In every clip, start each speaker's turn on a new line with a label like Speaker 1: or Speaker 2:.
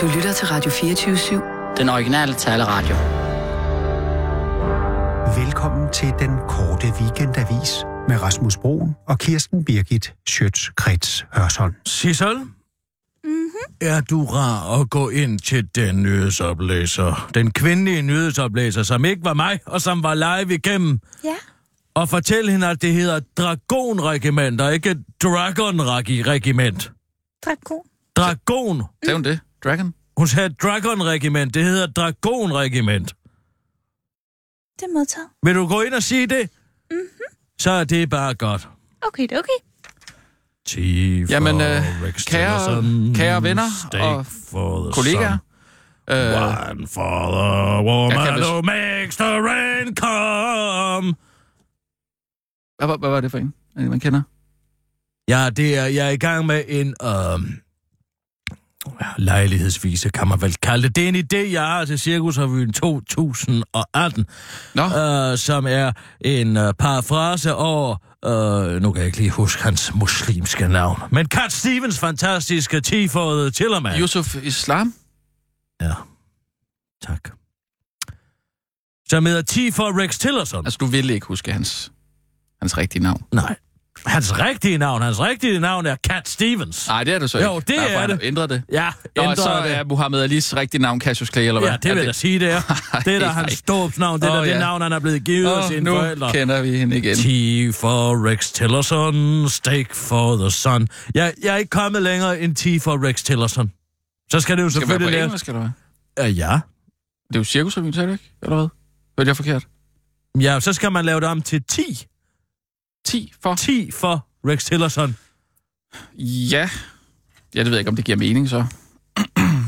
Speaker 1: Du lytter til Radio 24 /7.
Speaker 2: Den originale taleradio.
Speaker 3: Velkommen til den korte weekendavis med Rasmus Broen og Kirsten Birgit Schøtz-Krets Hørsholm.
Speaker 4: Sissel? Mm-hmm. Er du rar at gå ind til den nyhedsoplæser? Den kvindelige nyhedsoplæser, som ikke var mig, og som var live igennem.
Speaker 5: Ja.
Speaker 4: Og fortæl hende, at det hedder Dragonregiment, og ikke Dragonregiment.
Speaker 5: Drakon.
Speaker 4: Dragon.
Speaker 2: Sagde hun det? Dragon?
Speaker 4: Hun sagde Dragonregiment, det hedder Dragonregiment.
Speaker 5: Det er modtaget.
Speaker 4: Vil du gå ind og sige det? Mm-hmm. Så er det bare godt.
Speaker 5: Okay, det er okay.
Speaker 4: Tea for
Speaker 2: Jamen, øh,
Speaker 4: Rex
Speaker 2: kære-
Speaker 4: Tillerson,
Speaker 2: kære venner
Speaker 4: steak
Speaker 2: og
Speaker 4: for the
Speaker 2: Kollegaer?
Speaker 4: sun.
Speaker 2: Øh,
Speaker 4: One for the woman
Speaker 2: Jeg kan
Speaker 4: who makes the rain come.
Speaker 2: hvad, var- hvad var det for en, øh, man kender?
Speaker 4: Ja, det er, jeg er i gang med en øhm, ja, lejlighedsvise, kan man vel kalde det. Det er en idé, jeg har til Cirkusrevyen 2018,
Speaker 2: Nå,
Speaker 4: øh, som er en øh, parafrase over, øh, nu kan jeg ikke lige huske hans muslimske navn, men Cat Stevens fantastiske tifårede Tillerman.
Speaker 2: Yusuf Islam?
Speaker 4: Ja, tak. Som hedder T for Rex Tillerson.
Speaker 2: Altså, du vil ikke huske hans, hans rigtige navn.
Speaker 4: Nej. Hans rigtige navn, hans rigtige navn er Cat Stevens.
Speaker 2: Nej, det er det så ikke.
Speaker 4: Jo, det
Speaker 2: Derfor
Speaker 4: er
Speaker 2: har han
Speaker 4: det.
Speaker 2: ændret det.
Speaker 4: Ja,
Speaker 2: Ah. Nå,
Speaker 4: ændrer
Speaker 2: så
Speaker 4: det.
Speaker 2: er Muhammad Alis rigtige navn Cassius Clay, eller hvad?
Speaker 4: Ja, det vil jeg da sige, det er. Det er da
Speaker 2: Ej.
Speaker 4: hans ståbsnavn, det er da
Speaker 2: Åh,
Speaker 4: det
Speaker 2: ja.
Speaker 4: navn, han er blevet givet af
Speaker 2: Åh,
Speaker 4: sine
Speaker 2: nu
Speaker 4: forældre.
Speaker 2: kender vi hende igen.
Speaker 4: T for Rex Tillerson, steak for the sun. Jeg, jeg er ikke kommet længere end T for Rex Tillerson. Så skal det jo
Speaker 2: Skal det være
Speaker 4: selvfølgelig
Speaker 2: på
Speaker 4: læres.
Speaker 2: engelsk, eller hvad?
Speaker 4: Ja, ja.
Speaker 2: Det er jo cirkusrevyen, sagde du ikke? Eller hvad? Hørte jeg forkert?
Speaker 4: ja, så skal man lave det om til 10.
Speaker 2: 10 for?
Speaker 4: 10 for Rex Tillerson.
Speaker 2: Ja. Ja, det ved jeg ikke, om det giver mening så.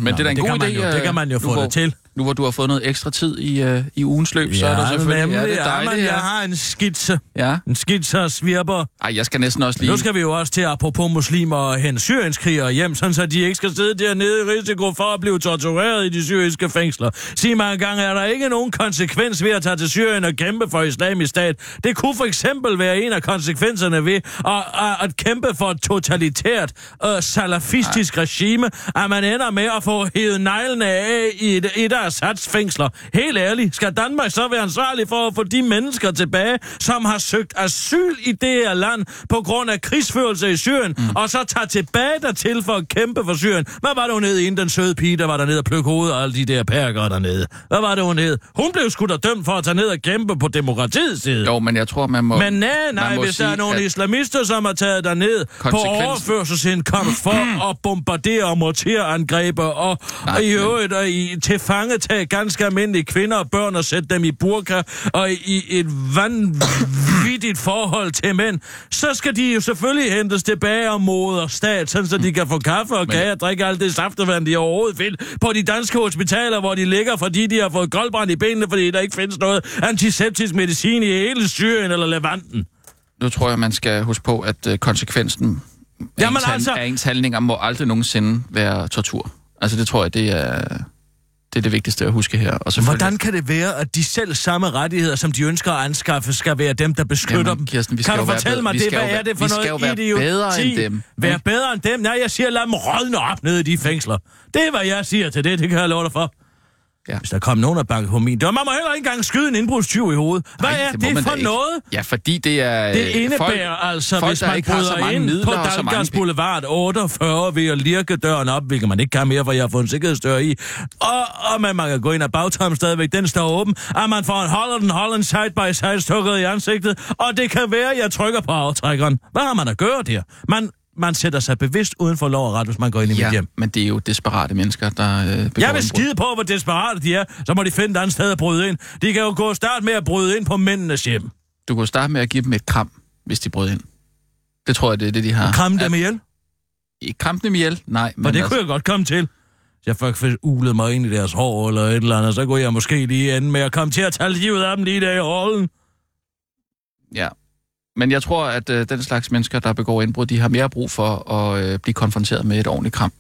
Speaker 2: Men det er da en
Speaker 4: det
Speaker 2: god
Speaker 4: kan man
Speaker 2: idé.
Speaker 4: jo- det
Speaker 2: øh,
Speaker 4: kan man jo
Speaker 2: nu
Speaker 4: få det
Speaker 2: hvor-
Speaker 4: til.
Speaker 2: Nu hvor du har fået noget ekstra tid i, øh, i ugens løb, så er der selvfølgelig...
Speaker 4: nemlig,
Speaker 2: ja, det er
Speaker 4: ja, man,
Speaker 2: dejligt,
Speaker 4: jeg
Speaker 2: ja.
Speaker 4: har en skitse.
Speaker 2: ja.
Speaker 4: En skitse og svirper.
Speaker 2: Ej, jeg skal næsten også lige...
Speaker 4: Nu skal vi jo også til, apropos muslimer, og hente syrienskrigere hjem, sådan så de ikke skal sidde dernede i risiko for at blive tortureret i de syriske fængsler. Sig mig engang, er der ikke nogen konsekvens ved at tage til Syrien og kæmpe for islamisk stat? Det kunne for eksempel være en af konsekvenserne ved at, at, at kæmpe for et totalitært øh, salafistisk regime, at man ender med at få hævet neglene af i et, et af Assads fængsler. Helt ærligt, skal Danmark så være ansvarlig for at få de mennesker tilbage, som har søgt asyl i det her land på grund af krigsførelse i Syrien, mm. og så tager tilbage dertil for at kæmpe for Syrien? Hvad var det, hun hed inden den søde pige, der var dernede og plukke hovedet og alle de der perker dernede? Hvad var det, hun hed? Hun blev sgu da dømt for at tage ned og kæmpe på demokratiets side.
Speaker 2: Jo, men jeg tror, man må...
Speaker 4: Men nej, nej,
Speaker 2: man må
Speaker 4: hvis der er
Speaker 2: sige,
Speaker 4: nogle
Speaker 2: at-
Speaker 4: islamister, som har taget derned på
Speaker 2: Konsekvensen-
Speaker 4: overførselsindkomst for at bombardere og morterangreber og
Speaker 2: Nej,
Speaker 4: nej, i
Speaker 2: men-
Speaker 4: øvrigt og i tilfangetage ganske almindelige kvinder og børn og sætte dem i burka og i et vanvittigt forhold til mænd, så skal de jo selvfølgelig hentes tilbage og moder stat, sådan så de kan få kaffe og kage og drikke alt det saftevand, de overhovedet vil på de danske hospitaler, hvor de ligger, fordi de har fået koldbrand i benene, fordi der ikke findes noget antiseptisk medicin i hele Syrien eller Levanten.
Speaker 2: Nu tror jeg, man skal huske på, at øh, konsekvensen af,
Speaker 4: Jamen
Speaker 2: ens, hand-
Speaker 4: altså-
Speaker 2: af ens handlinger må aldrig nogensinde være tortur. Altså, det tror jeg, det er det, er det vigtigste at huske her. Og selvfølgelig-
Speaker 4: Hvordan kan det være, at de selv samme rettigheder, som de ønsker at anskaffe, skal være dem, der beskytter
Speaker 2: Jamen,
Speaker 4: dem?
Speaker 2: Kirsten, vi skal
Speaker 4: kan
Speaker 2: jo
Speaker 4: du
Speaker 2: være
Speaker 4: fortælle
Speaker 2: bedre.
Speaker 4: mig
Speaker 2: Vi
Speaker 4: det?
Speaker 2: skal
Speaker 4: Hvad
Speaker 2: jo
Speaker 4: er
Speaker 2: være-
Speaker 4: det for
Speaker 2: vi
Speaker 4: noget
Speaker 2: skal jo være
Speaker 4: idioti?
Speaker 2: bedre end dem,
Speaker 4: Være
Speaker 2: ikke?
Speaker 4: bedre end dem? Nej, jeg siger, lad dem rådne op nede i de fængsler. Det er, hvad jeg siger til det. Det kan jeg love dig for.
Speaker 2: Ja.
Speaker 4: Hvis der kom nogen og bankede på min dør, man må heller ikke engang skyde en indbrudstyv i hovedet. Hvad
Speaker 2: Nej,
Speaker 4: er
Speaker 2: må
Speaker 4: det,
Speaker 2: man
Speaker 4: for
Speaker 2: da ikke.
Speaker 4: noget?
Speaker 2: Ja, fordi det er... øh,
Speaker 4: Det indebærer
Speaker 2: folk,
Speaker 4: altså,
Speaker 2: folk,
Speaker 4: hvis
Speaker 2: der
Speaker 4: man
Speaker 2: ikke har så
Speaker 4: bryder
Speaker 2: mange
Speaker 4: ind
Speaker 2: midler
Speaker 4: på
Speaker 2: og så mange
Speaker 4: Dalgas
Speaker 2: penge.
Speaker 4: Boulevard 48 ved at lirke døren op, hvilket man ikke kan mere, for jeg har fået en sikkerhedsdør i. Og, og man, man kan gå ind og bagtarmen stadigvæk, den står åben, og man får en holder den holder en side by side stukket i ansigtet, og det kan være, at jeg trykker på aftrækkeren. Hvad har man at gøre der? Man, man sætter sig bevidst uden for lov og ret, hvis man går ind i ja. mit
Speaker 2: Ja,
Speaker 4: hjem.
Speaker 2: men det er jo desperate mennesker, der øh, begår
Speaker 4: Jeg vil
Speaker 2: indbrud.
Speaker 4: skide på, hvor desperate de er. Så må de finde et andet sted at bryde ind. De kan jo gå og starte med at bryde ind på mændenes hjem.
Speaker 2: Du kunne starte med at give dem et kram, hvis de brød ind. Det tror jeg, det er det, de har.
Speaker 4: Kram dem ihjel.
Speaker 2: Ikke kram dem ihjel, nej. Men
Speaker 4: Men det
Speaker 2: altså,
Speaker 4: kunne jeg godt komme til. Hvis Jeg faktisk ulede mig ind i deres hår eller et eller andet, så kunne jeg måske lige ende med at komme til at tage livet af dem lige der i rollen.
Speaker 2: Ja. Men jeg tror, at øh, den slags mennesker, der begår indbrud, de har mere brug for at øh, blive konfronteret med et ordentligt kram.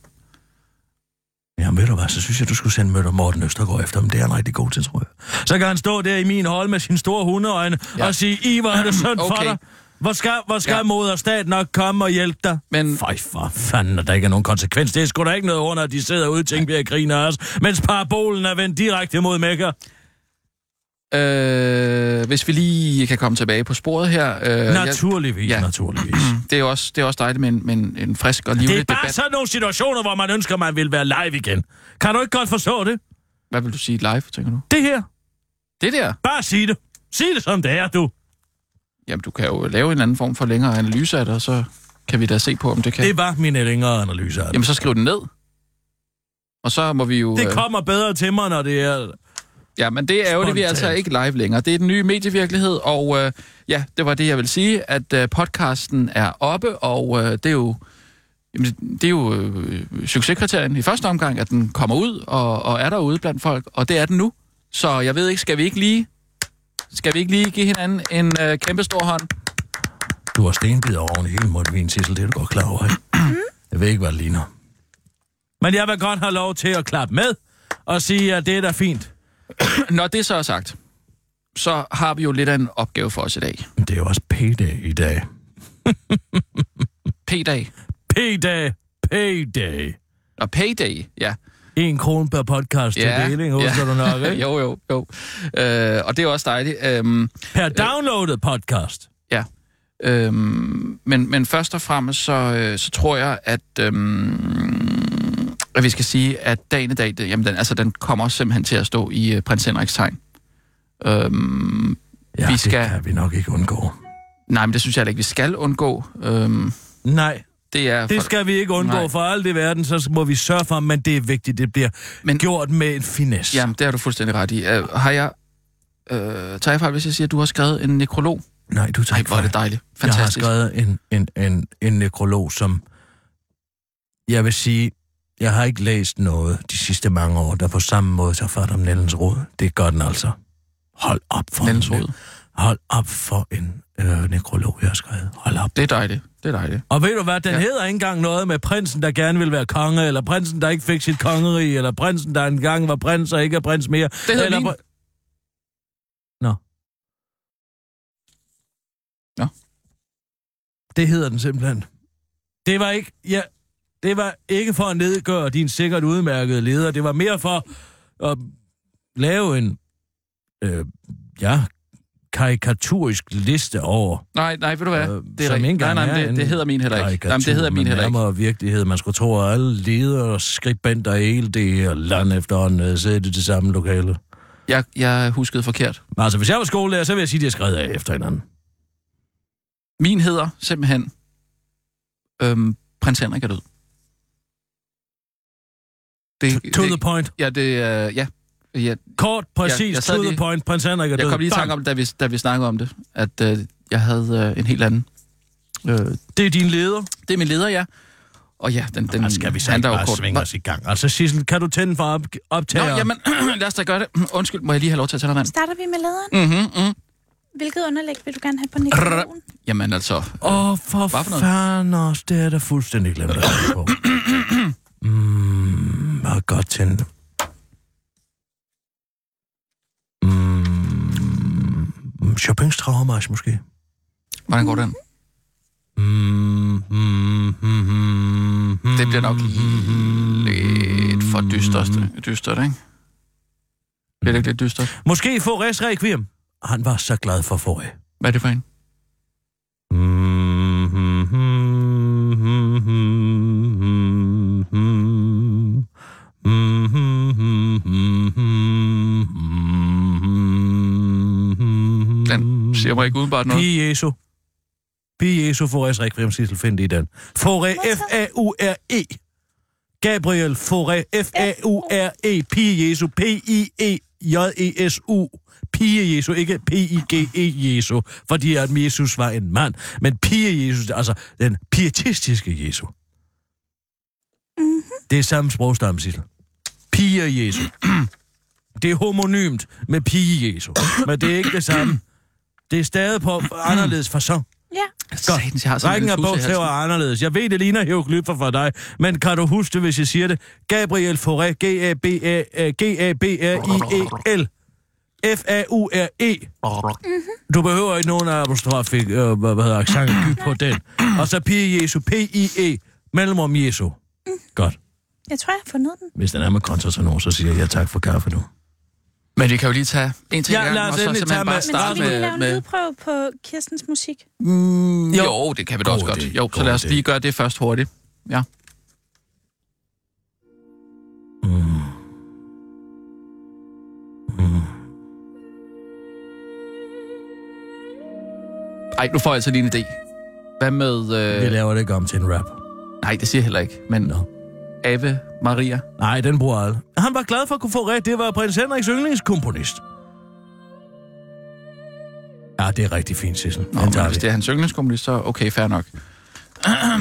Speaker 4: Ja, ved du hvad, så synes jeg, du skulle sende Møtter Morten Østergaard efter ham. Det er han rigtig god til, tror jeg. Så kan han stå der i min hold med sin store hundeøjne
Speaker 2: Ja.
Speaker 4: ja. og sige, I var det synd okay. for
Speaker 2: Okay.
Speaker 4: dig. Hvor skal, hvor skal
Speaker 2: Ja.
Speaker 4: ja. moderstat nok komme og hjælpe dig?
Speaker 2: Men-
Speaker 4: Føj for fanden, at der ikke er nogen konsekvens. Det er sgu da ikke noget under, at de sidder ude i Tingbjerg og griner af os, mens parabolen er vendt direkte mod Mekka.
Speaker 2: Øh, hvis vi lige kan komme tilbage på sporet her. Øh, jeg,
Speaker 4: naturligvis,
Speaker 2: ja.
Speaker 4: ja. naturligvis.
Speaker 2: det, er jo også, det er også dejligt med en, med en, en frisk og livlig
Speaker 4: Det er bare
Speaker 2: debat.
Speaker 4: sådan nogle situationer, hvor man ønsker, man vil være live igen. Kan du ikke godt forstå det?
Speaker 2: Hvad vil du sige live, tænker du?
Speaker 4: Det her.
Speaker 2: Det der?
Speaker 4: Bare sig det. Sig det, som det er, du.
Speaker 2: Jamen, du kan jo lave en anden form for længere analyse af det, og så kan vi da se på, om det kan...
Speaker 4: Det var mine længere analyser. af det.
Speaker 2: Jamen, så skriv den ned. Og så må vi jo...
Speaker 4: Det
Speaker 2: øh,
Speaker 4: kommer bedre til mig, når det er...
Speaker 2: Ja, men det er jo det, vi er altså
Speaker 4: Spontant.
Speaker 2: ikke live længere. Det er den nye medievirkelighed, og øh, ja, det var det, jeg vil sige, at øh, podcasten er oppe, og øh, det er jo, jamen, det er jo øh, succeskriterien i første omgang, at den kommer ud og, og er derude blandt folk, og det er den nu. Så jeg ved ikke, skal vi ikke lige, skal vi ikke lige give hinanden en øh, kæmpe stor hånd?
Speaker 4: Du har stenbider oven i hele mundvin, Sissel. Det er du godt klar over, ikke? Jeg ved ikke, hvad det ligner. Men jeg vil godt have lov til at klappe med og sige, at det er da fint.
Speaker 2: Når det så er sagt, så har vi jo lidt af en opgave for os i dag.
Speaker 4: Men Det er jo også P-dag i dag.
Speaker 2: P-dag.
Speaker 4: P-dag. P-dag.
Speaker 2: Og payday, ja.
Speaker 4: En krone per podcast til
Speaker 2: Ja,
Speaker 4: deling, husker
Speaker 2: ja.
Speaker 4: du nok, ikke?
Speaker 2: jo, jo, jo. Øh, og det er også dejligt. Øhm,
Speaker 4: Per downloadet podcast.
Speaker 2: Ja. Øhm, men, men først og fremmest, så, øh, så tror jeg, at, øhm, at vi skal sige, at dagen i dag, det, jamen den, altså, den kommer simpelthen til at stå i øh, prins Henriks tegn. Øhm,
Speaker 4: Ja,
Speaker 2: Vi
Speaker 4: vi skal...
Speaker 2: skal-
Speaker 4: det kan vi nok ikke undgå.
Speaker 2: nej, men det synes jeg heller ikke, vi skal undgå. Øhm,
Speaker 4: Nej,
Speaker 2: det er for,
Speaker 4: det skal vi ikke undgå
Speaker 2: Nej.
Speaker 4: for alt i verden, så må vi sørge for, men det er vigtigt, det bliver
Speaker 2: Men-
Speaker 4: men... gjort med en finesse.
Speaker 2: Jamen, det har du fuldstændig ret i. Øh, har jeg... Øh, tager jeg fejl, hvis jeg siger, at du har skrevet en nekrolog?
Speaker 4: Nej, du tager
Speaker 2: Nej,
Speaker 4: ikke
Speaker 2: hvor er
Speaker 4: fejl.
Speaker 2: det dejligt.
Speaker 4: Jeg har
Speaker 2: Fantastisk.
Speaker 4: skrevet en, en, en, en nekrolog, som jeg vil sige, jeg har ikke læst noget de sidste mange år, der på samme måde tager fat om Nellens Råd. Det gør den altså. Hold op for
Speaker 2: Niels
Speaker 4: en,
Speaker 2: Rode.
Speaker 4: Hold op for en øh, nekrolog, jeg har skrevet. Hold op.
Speaker 2: Det er dejligt. Det er dejligt.
Speaker 4: Og ved du hvad, den
Speaker 2: Ja.
Speaker 4: ja. hedder ikke engang noget med prinsen, der gerne vil være konge, eller prinsen, der ikke fik sit kongerige, eller prinsen, der engang var prins og ikke er prins mere.
Speaker 2: Det hedder
Speaker 4: eller
Speaker 2: min.
Speaker 4: Nå.
Speaker 2: Nå.
Speaker 4: Det hedder den simpelthen. Det var ikke... Ja, det var ikke for at nedgøre din sikkert udmærkede leder. Det var mere for at lave en... Øh, ja, karikaturisk liste over
Speaker 2: Nej, nej, ved du hvad?
Speaker 4: Øh,
Speaker 2: det er
Speaker 4: som ikke
Speaker 2: rigtigt. Nej,
Speaker 4: engang
Speaker 2: nej,
Speaker 4: er
Speaker 2: men det, det
Speaker 4: en
Speaker 2: hedder min heller ikke. Nej, men det hedder min heller ikke.
Speaker 4: ikke. virkelighed. Man skulle tro, at alle ledere og skribenter i hele det her land efterhånden havde siddet i det samme lokale.
Speaker 2: Jeg, jeg huskede forkert.
Speaker 4: Men Altså, hvis jeg var skolelærer, så ville jeg sige, at jeg skrev af efter hinanden.
Speaker 2: Min hedder simpelthen øhm, Prins Henrik er død. Det,
Speaker 4: To the point.
Speaker 2: Ja, det, øh, ja. ja.
Speaker 4: Kort, præcis,
Speaker 2: jeg
Speaker 4: jeg
Speaker 2: sad
Speaker 4: to
Speaker 2: lige-
Speaker 4: the point. Prins Henrik er
Speaker 2: Jeg
Speaker 4: død.
Speaker 2: kom lige i
Speaker 4: Bam.
Speaker 2: tanke om, da vi, da vi snakkede om det, at øh, jeg havde øh, en helt anden. Øh,
Speaker 4: Det er din leder.
Speaker 2: det er min leder, ja. Og ja, den, den
Speaker 4: Den skal vi så ikke
Speaker 2: handler jo
Speaker 4: bare
Speaker 2: kort.
Speaker 4: svinge os i gang. Altså, Sissel, kan du tænde for op-
Speaker 2: Nå,
Speaker 4: optager?
Speaker 2: jamen, lad os da gøre det. Undskyld, må jeg lige have lov til at tage noget
Speaker 5: Starter vi med lederen?
Speaker 2: vand? Mhm, mhm.
Speaker 5: Hvilket underlæg vil du gerne have på nekrologen?
Speaker 2: Jamen altså,
Speaker 4: Åh, oh, for,
Speaker 2: Hvad for noget?
Speaker 4: fanden også, det er da fuldstændig glemt at tænde på. Mm, jeg har godt tændt. Mm, shoppingstraumer måske.
Speaker 2: hvordan går den?
Speaker 4: Mm, mm, mm, mm, mm,
Speaker 2: Det bliver nok
Speaker 4: Mm-hmm.
Speaker 2: lidt for dystert, dystert ikke? Bliver det ikke lidt dystert?
Speaker 4: Måske få Res Requiem. Han var så glad for forrige.
Speaker 2: Hvad er det for en? Den Mm. siger mig ikke udenbart noget.
Speaker 4: Pige Jesu. Pige Jesu Forres Requiem, Sissel, find i den. Forre, F-A-U-R-E. E. Gabriel Forre, F-A-U-R-E. E. Pige Jesu, E P-I-E-J-E-S-U. Pige Jesu, ikke P-I-G-E E Jesu, fordi at Jesus var en mand. Men pige Jesus, altså den pietistiske Jesu.
Speaker 5: Mm-hmm.
Speaker 4: Det er samme sprogstamme, Sissel. Pige Jesu. Det er homonymt med pige Jesu, men det er ikke det samme. Det er stadig på anderledes fasong.
Speaker 5: Ja.
Speaker 2: Satans, jeg har sådan en
Speaker 4: Rækken af
Speaker 2: lille tusse i
Speaker 4: bogstaver
Speaker 2: halsen.
Speaker 4: er anderledes. Jeg ved, det ligner hieroglyffer for dig, men kan du huske det, hvis øh, jeg siger det? Gabriel Fauré, G-A-B-A-G-A-B-R-I-E-L. F-A-U-R-E. Du behøver ikke nogen apostrofik, øh, hvad hvad hedder accent, Gyg på den. Og så pige Jesu, P-I-E, mellemrum Jesu. Godt.
Speaker 5: Jeg tror, jeg har fundet den.
Speaker 4: Hvis den er med kontrasonor, så siger jeg tak for kaffe nu.
Speaker 2: Men vi kan jo lige tage en ting
Speaker 4: Ja,
Speaker 2: ja,
Speaker 4: lad os
Speaker 2: gang, og så
Speaker 4: endelig tage
Speaker 2: simpelthen bare
Speaker 4: med-
Speaker 5: Men skal
Speaker 2: starte
Speaker 5: vi lige
Speaker 2: med...
Speaker 5: lave en
Speaker 2: med
Speaker 5: lydprøve på Kirstens musik?
Speaker 2: mm,
Speaker 4: Jo.
Speaker 2: jo. jo, det kan vi da
Speaker 4: God
Speaker 2: også godt.
Speaker 4: idé,
Speaker 2: Jo, så
Speaker 4: god
Speaker 2: lad os
Speaker 4: idé.
Speaker 2: lige gøre det først hurtigt. Ja.
Speaker 4: Mm.
Speaker 2: Ej, nu får jeg altså lige en idé. Hvad med...
Speaker 4: Vi
Speaker 2: Øh...
Speaker 4: laver det ikke om til en rap.
Speaker 2: Nej, det siger jeg heller ikke, men...
Speaker 4: Nå.
Speaker 2: Ave Maria.
Speaker 4: Nej, den bruger alle. Han var glad for at kunne få ret. Det var prins Henriks yndlingskomponist. Ja, det er rigtig fint, Sissel.
Speaker 2: Nå,
Speaker 4: Den
Speaker 2: men
Speaker 4: tager vi.
Speaker 2: hvis det er hans yndlingskommunist, så okay, fair nok.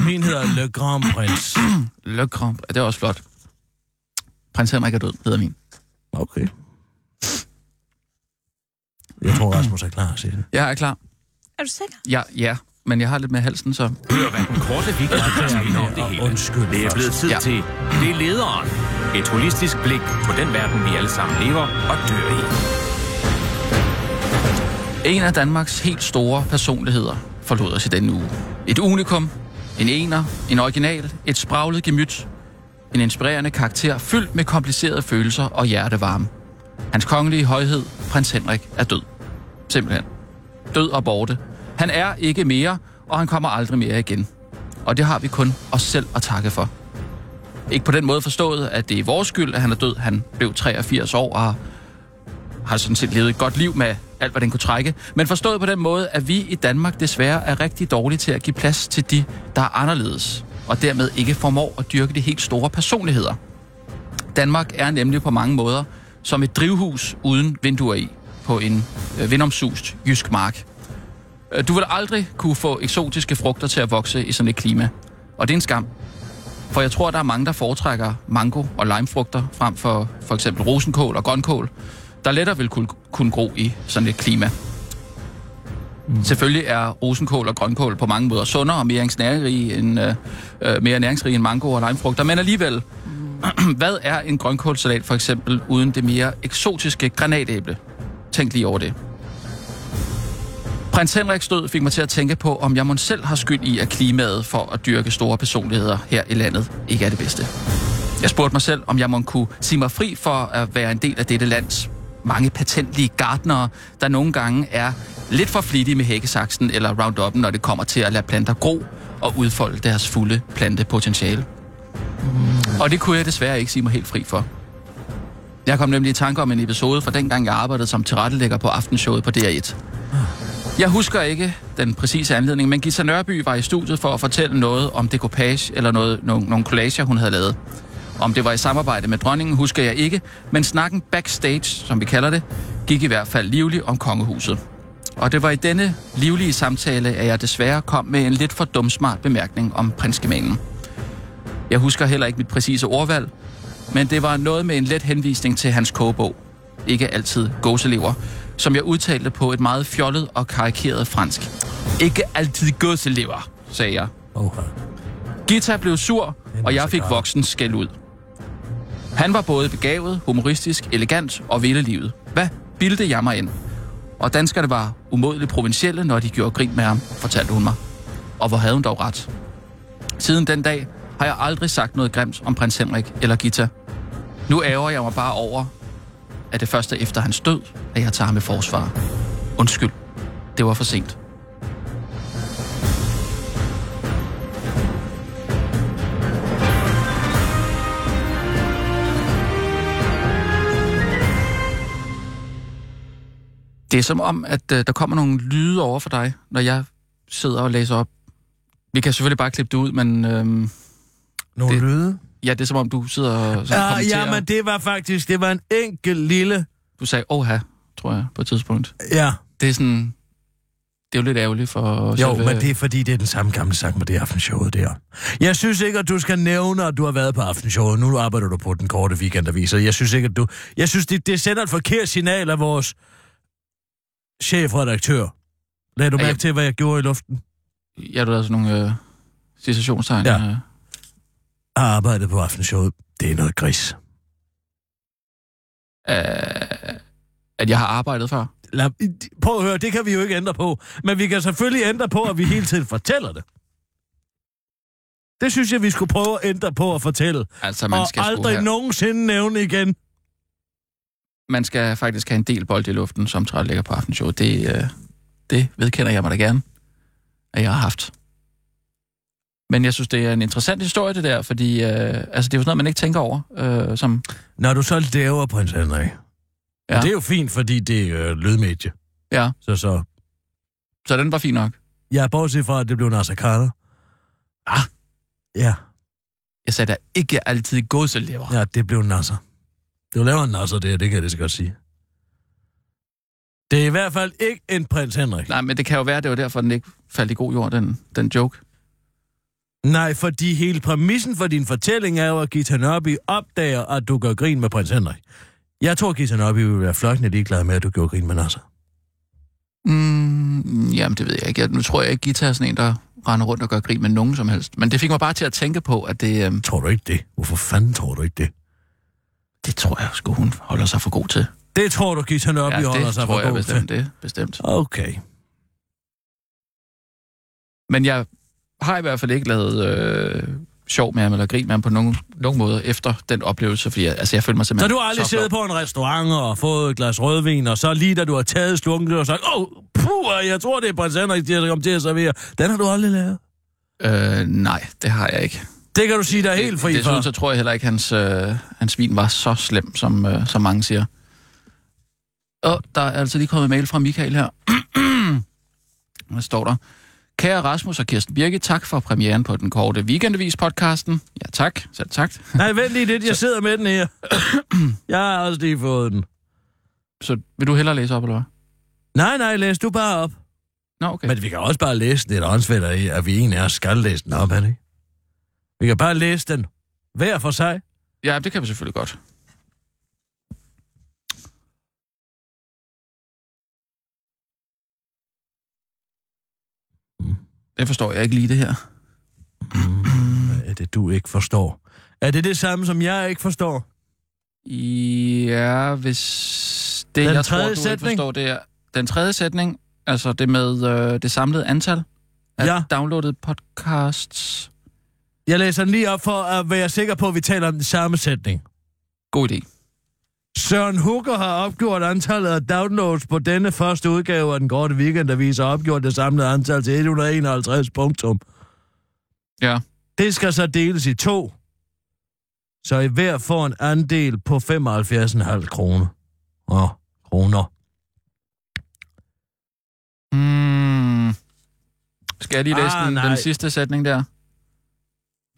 Speaker 4: Min hedder Le Grand Prince.
Speaker 2: Le Grand, det er også flot. Prins Henrik er død, hedder min.
Speaker 4: Okay. Jeg tror, Rasmus er klar, Sissel.
Speaker 2: Jeg er klar.
Speaker 5: Er du sikker?
Speaker 2: Ja, ja, men jeg har lidt med halsen, så...
Speaker 1: Hør, hvad den korte weekend taler om det hele.
Speaker 4: Undskyld
Speaker 1: Det er
Speaker 4: først.
Speaker 1: blevet tid
Speaker 2: Ja.
Speaker 1: ja. til Det er lederen. Et holistisk blik på den verden, vi alle sammen lever og dør i.
Speaker 2: En af Danmarks helt store personligheder forlod os i denne uge. Et unikum, en ener, en original, et spraglet gemyt. En inspirerende karakter fyldt med komplicerede følelser og hjertevarme. Hans kongelige højhed, prins Henrik, er død. Simpelthen. Død og borte. Han er ikke mere, og han kommer aldrig mere igen. Og det har vi kun os selv at takke for. Ikke på den måde forstået, at det er vores skyld, at han er død. Han blev 83 år og har har sådan set levet et godt liv med alt, hvad den kunne trække, men forstået på den måde, at vi i Danmark desværre er rigtig dårlige til at give plads til de, der er anderledes, og dermed ikke formår at dyrke de helt store personligheder. Danmark er nemlig på mange måder som et drivhus uden vinduer i på en øh, vindomsust jysk mark. Øh, Du vil aldrig kunne få eksotiske frugter til at vokse i sådan et klima, og det er en skam. For jeg tror, der er mange, der foretrækker mango og limefrugter frem for for eksempel rosenkål og grønkål, der lettere vil kunne, kunne gro i sådan et klima. Mm. Selvfølgelig er rosenkål og grønkål på mange måder sundere og mere næringsrige end, øh, øh, mere næringsrige end mango og limefrugter, men alligevel, hvad er en grønkålsalat for eksempel uden det mere eksotiske granatæble? Tænk lige over det. Prins Henriks død fik mig til at tænke på, om jeg mon selv har skyld i, at klimaet for at dyrke store personligheder her i landet ikke er det bedste. Jeg spurgte mig selv, om jeg mon kunne sige mig fri for at være en del af dette lands mange patentlige gardnere, der nogle gange er lidt for flittige med hækkesaksen eller roundup'en, når det kommer til at lade planter gro og udfolde deres fulde plantepotentiale. Og det kunne jeg desværre ikke sige mig helt fri for. Jeg kom nemlig i tanke om en episode fra dengang, jeg arbejdede som tilrettelægger på aftenshowet på DR1. Jeg husker ikke den præcise anledning, men Gita Nørby var i studiet for at fortælle noget om dekopage eller noget, nogle, nogle collager, hun havde lavet. Om det var i samarbejde med dronningen, husker jeg ikke, men snakken backstage, som vi kalder det, gik i hvert fald livlig om kongehuset. Og det var i denne livlige samtale, at jeg desværre kom med en lidt for dumsmart bemærkning om prinskemanen. Jeg husker heller ikke mit præcise ordvalg, men det var noget med en let henvisning til hans kogebog. Ikke altid gåselever, som jeg udtalte på et meget fjollet og karikeret fransk. Ikke altid gåselever, sagde jeg.
Speaker 4: Åh, ja.
Speaker 2: Gita blev sur, og jeg fik
Speaker 4: cigar.
Speaker 2: voksen skæld ud. Han var både begavet, humoristisk, elegant og ville livet. Hvad bildte jeg mig ind? Og danskerne var umådeligt provincielle, når de gjorde grin med ham, fortalte hun mig. Og hvor havde hun dog ret. Siden den dag har jeg aldrig sagt noget grimt om prins Henrik eller Gita. Nu ærger jeg mig bare over, at det første efter hans død, at jeg tager ham i forsvar. Undskyld, det var for sent. Det er som om, at øh, der kommer nogle lyde over for dig, når jeg sidder og læser op. Vi kan selvfølgelig bare klippe det ud, men øh,
Speaker 4: Nogle
Speaker 2: Det-
Speaker 4: lyde?
Speaker 2: ja, det er som om, du sidder og sådan,
Speaker 4: Ja,
Speaker 2: kommenterer.
Speaker 4: Ah, ja, men det var faktisk, det var en enkelt lille...
Speaker 2: Du sagde, åha, tror jeg, på et tidspunkt.
Speaker 4: Ja,
Speaker 2: Det er sådan... Det er jo lidt ærgerligt for...
Speaker 4: jo, men det er fordi, det er den samme gamle sang med det aftenshowet der. Jeg synes ikke, at du skal nævne, at du har været på aftenshowet. Nu arbejder du på den korte weekendavis, og jeg synes ikke, at du... Jeg synes, det, det sender et forkert signal af vores chefredaktør. Lad du
Speaker 2: Ja,
Speaker 4: mærke
Speaker 2: jeg-
Speaker 4: til, hvad jeg gjorde i luften?
Speaker 2: Ja, du lavede sådan nogle øh, citationstegn.
Speaker 4: Ja.
Speaker 2: øh.
Speaker 4: Arbejdet på aftenshowet, det er noget gris.
Speaker 2: Øh, at jeg har arbejdet før.
Speaker 4: Lad, prøv at høre, det kan vi jo ikke ændre på. Men vi kan selvfølgelig ændre på, at vi hele tiden fortæller det. Det synes jeg, vi skulle prøve at ændre på at fortælle.
Speaker 2: Altså, man
Speaker 4: Og
Speaker 2: skal, sgu
Speaker 4: aldrig
Speaker 2: have,
Speaker 4: nogensinde nævne igen.
Speaker 2: man skal faktisk have en del bold i luften, som træt ligger på aftenshowet. Det, øh, det vedkender jeg mig da gerne, at jeg har haft. Men jeg synes, det er en interessant historie, det der, fordi øh, altså, det er jo sådan noget, man ikke tænker over. Øh, som,
Speaker 4: Når du så laver, prins Henrik. Ja.
Speaker 2: Ja.
Speaker 4: Og det er jo fint, fordi det er øh, lydmedie.
Speaker 2: ja,
Speaker 4: Så så.
Speaker 2: så den var fin nok.
Speaker 4: Ja, bortset fra, at det blev Nasser Carter. Ah. Ja,
Speaker 2: Jeg sagde da ikke altid gåselever.
Speaker 4: ja, det blev Nasser. Du laver en Nasser der, det kan jeg lige så godt sige. Det er i hvert fald ikke en prins Henrik.
Speaker 2: Nej, men det kan jo være, det var derfor, den ikke faldt i god jord, den, den joke.
Speaker 4: Nej, fordi hele præmissen for din fortælling er jo, at Gita Nørby opdager, at du gør grin med prins Henrik. Jeg tror, Gita Nørby ville være fløjtende ligeglad med, at du gjorde grin med Nasser.
Speaker 2: Mm, jamen, det ved jeg ikke. Jeg, nu tror jeg ikke, Gita er sådan en, der render rundt og gør grin med nogen som helst. Men det fik mig bare til at tænke på, at det, øhm,
Speaker 4: Tror du ikke det? Hvorfor fanden tror du ikke det?
Speaker 2: det tror jeg sgu, hun holder sig for god til.
Speaker 4: Det tror du, Gita Nørby ja, holder
Speaker 2: det
Speaker 4: sig
Speaker 2: tror
Speaker 4: for
Speaker 2: jeg
Speaker 4: god til.
Speaker 2: bestemt, det, bestemt.
Speaker 4: Okay.
Speaker 2: Men jeg har i hvert fald ikke lavet øh, sjov med ham eller grin med ham på nogen, nogen måde efter den oplevelse, fordi jeg, altså, jeg følte mig
Speaker 4: Så
Speaker 2: simpelthen...
Speaker 4: du har aldrig
Speaker 2: flov.
Speaker 4: siddet på en restaurant og fået et glas rødvin, og så lige da du har taget slunken, og sagt, åh, oh, puh, jeg tror, det er prins Henrik, der kommer til at servere. Den har du aldrig lavet.
Speaker 2: Øh, nej, det har jeg ikke.
Speaker 4: Det kan du sige, der er helt fri
Speaker 2: Desuden
Speaker 4: for.
Speaker 2: så tror jeg heller ikke, at hans, øh, hans vin var så slem, som, øh, som mange siger. Og der er altså lige kommet mail fra Michael her. Hvad står der? Kære Rasmus og Kirsten Birke, tak for premieren på den korte Weekendavis-podcasten. Ja, tak. Selv tak.
Speaker 4: Nej, vent lige lidt, jeg sidder med den her. Jeg har også lige fået den.
Speaker 2: Så vil du hellere læse op, eller hvad?
Speaker 4: Nej, nej, læs du bare op.
Speaker 2: Nå, okay.
Speaker 4: Men vi kan også bare læse den. Det er åndssvætter i, at vi en af os skal læse den op, er det ikke? Vi kan bare læse den. Hver for sig.
Speaker 2: Ja, det kan vi selvfølgelig godt. Det forstår jeg ikke lige, det her.
Speaker 4: Hvad er det, du ikke forstår? Er det det samme, som jeg ikke forstår?
Speaker 2: Ja, hvis det,
Speaker 4: Den
Speaker 2: jeg tror,
Speaker 4: tredje
Speaker 2: du ikke
Speaker 4: sætning?
Speaker 2: forstår, det er den tredje sætning, altså det med øh, det samlede antal af
Speaker 4: Ja.
Speaker 2: ja. downloadede podcasts.
Speaker 4: Jeg læser den lige op for at være sikker på, at vi taler om den samme sætning.
Speaker 2: God idé.
Speaker 4: Søren Hooker har opgjort antallet af downloads på denne første udgave af den korte weekendavis og opgjort det samlede antal til 151 punktum.
Speaker 2: Ja.
Speaker 4: Det skal så deles i to, så i hver får en andel på 75,5 kroner. Åh, kroner.
Speaker 2: Mm. Skal jeg lige læse
Speaker 4: Ah,
Speaker 2: ah, den,
Speaker 4: nej.
Speaker 2: den sidste sætning der?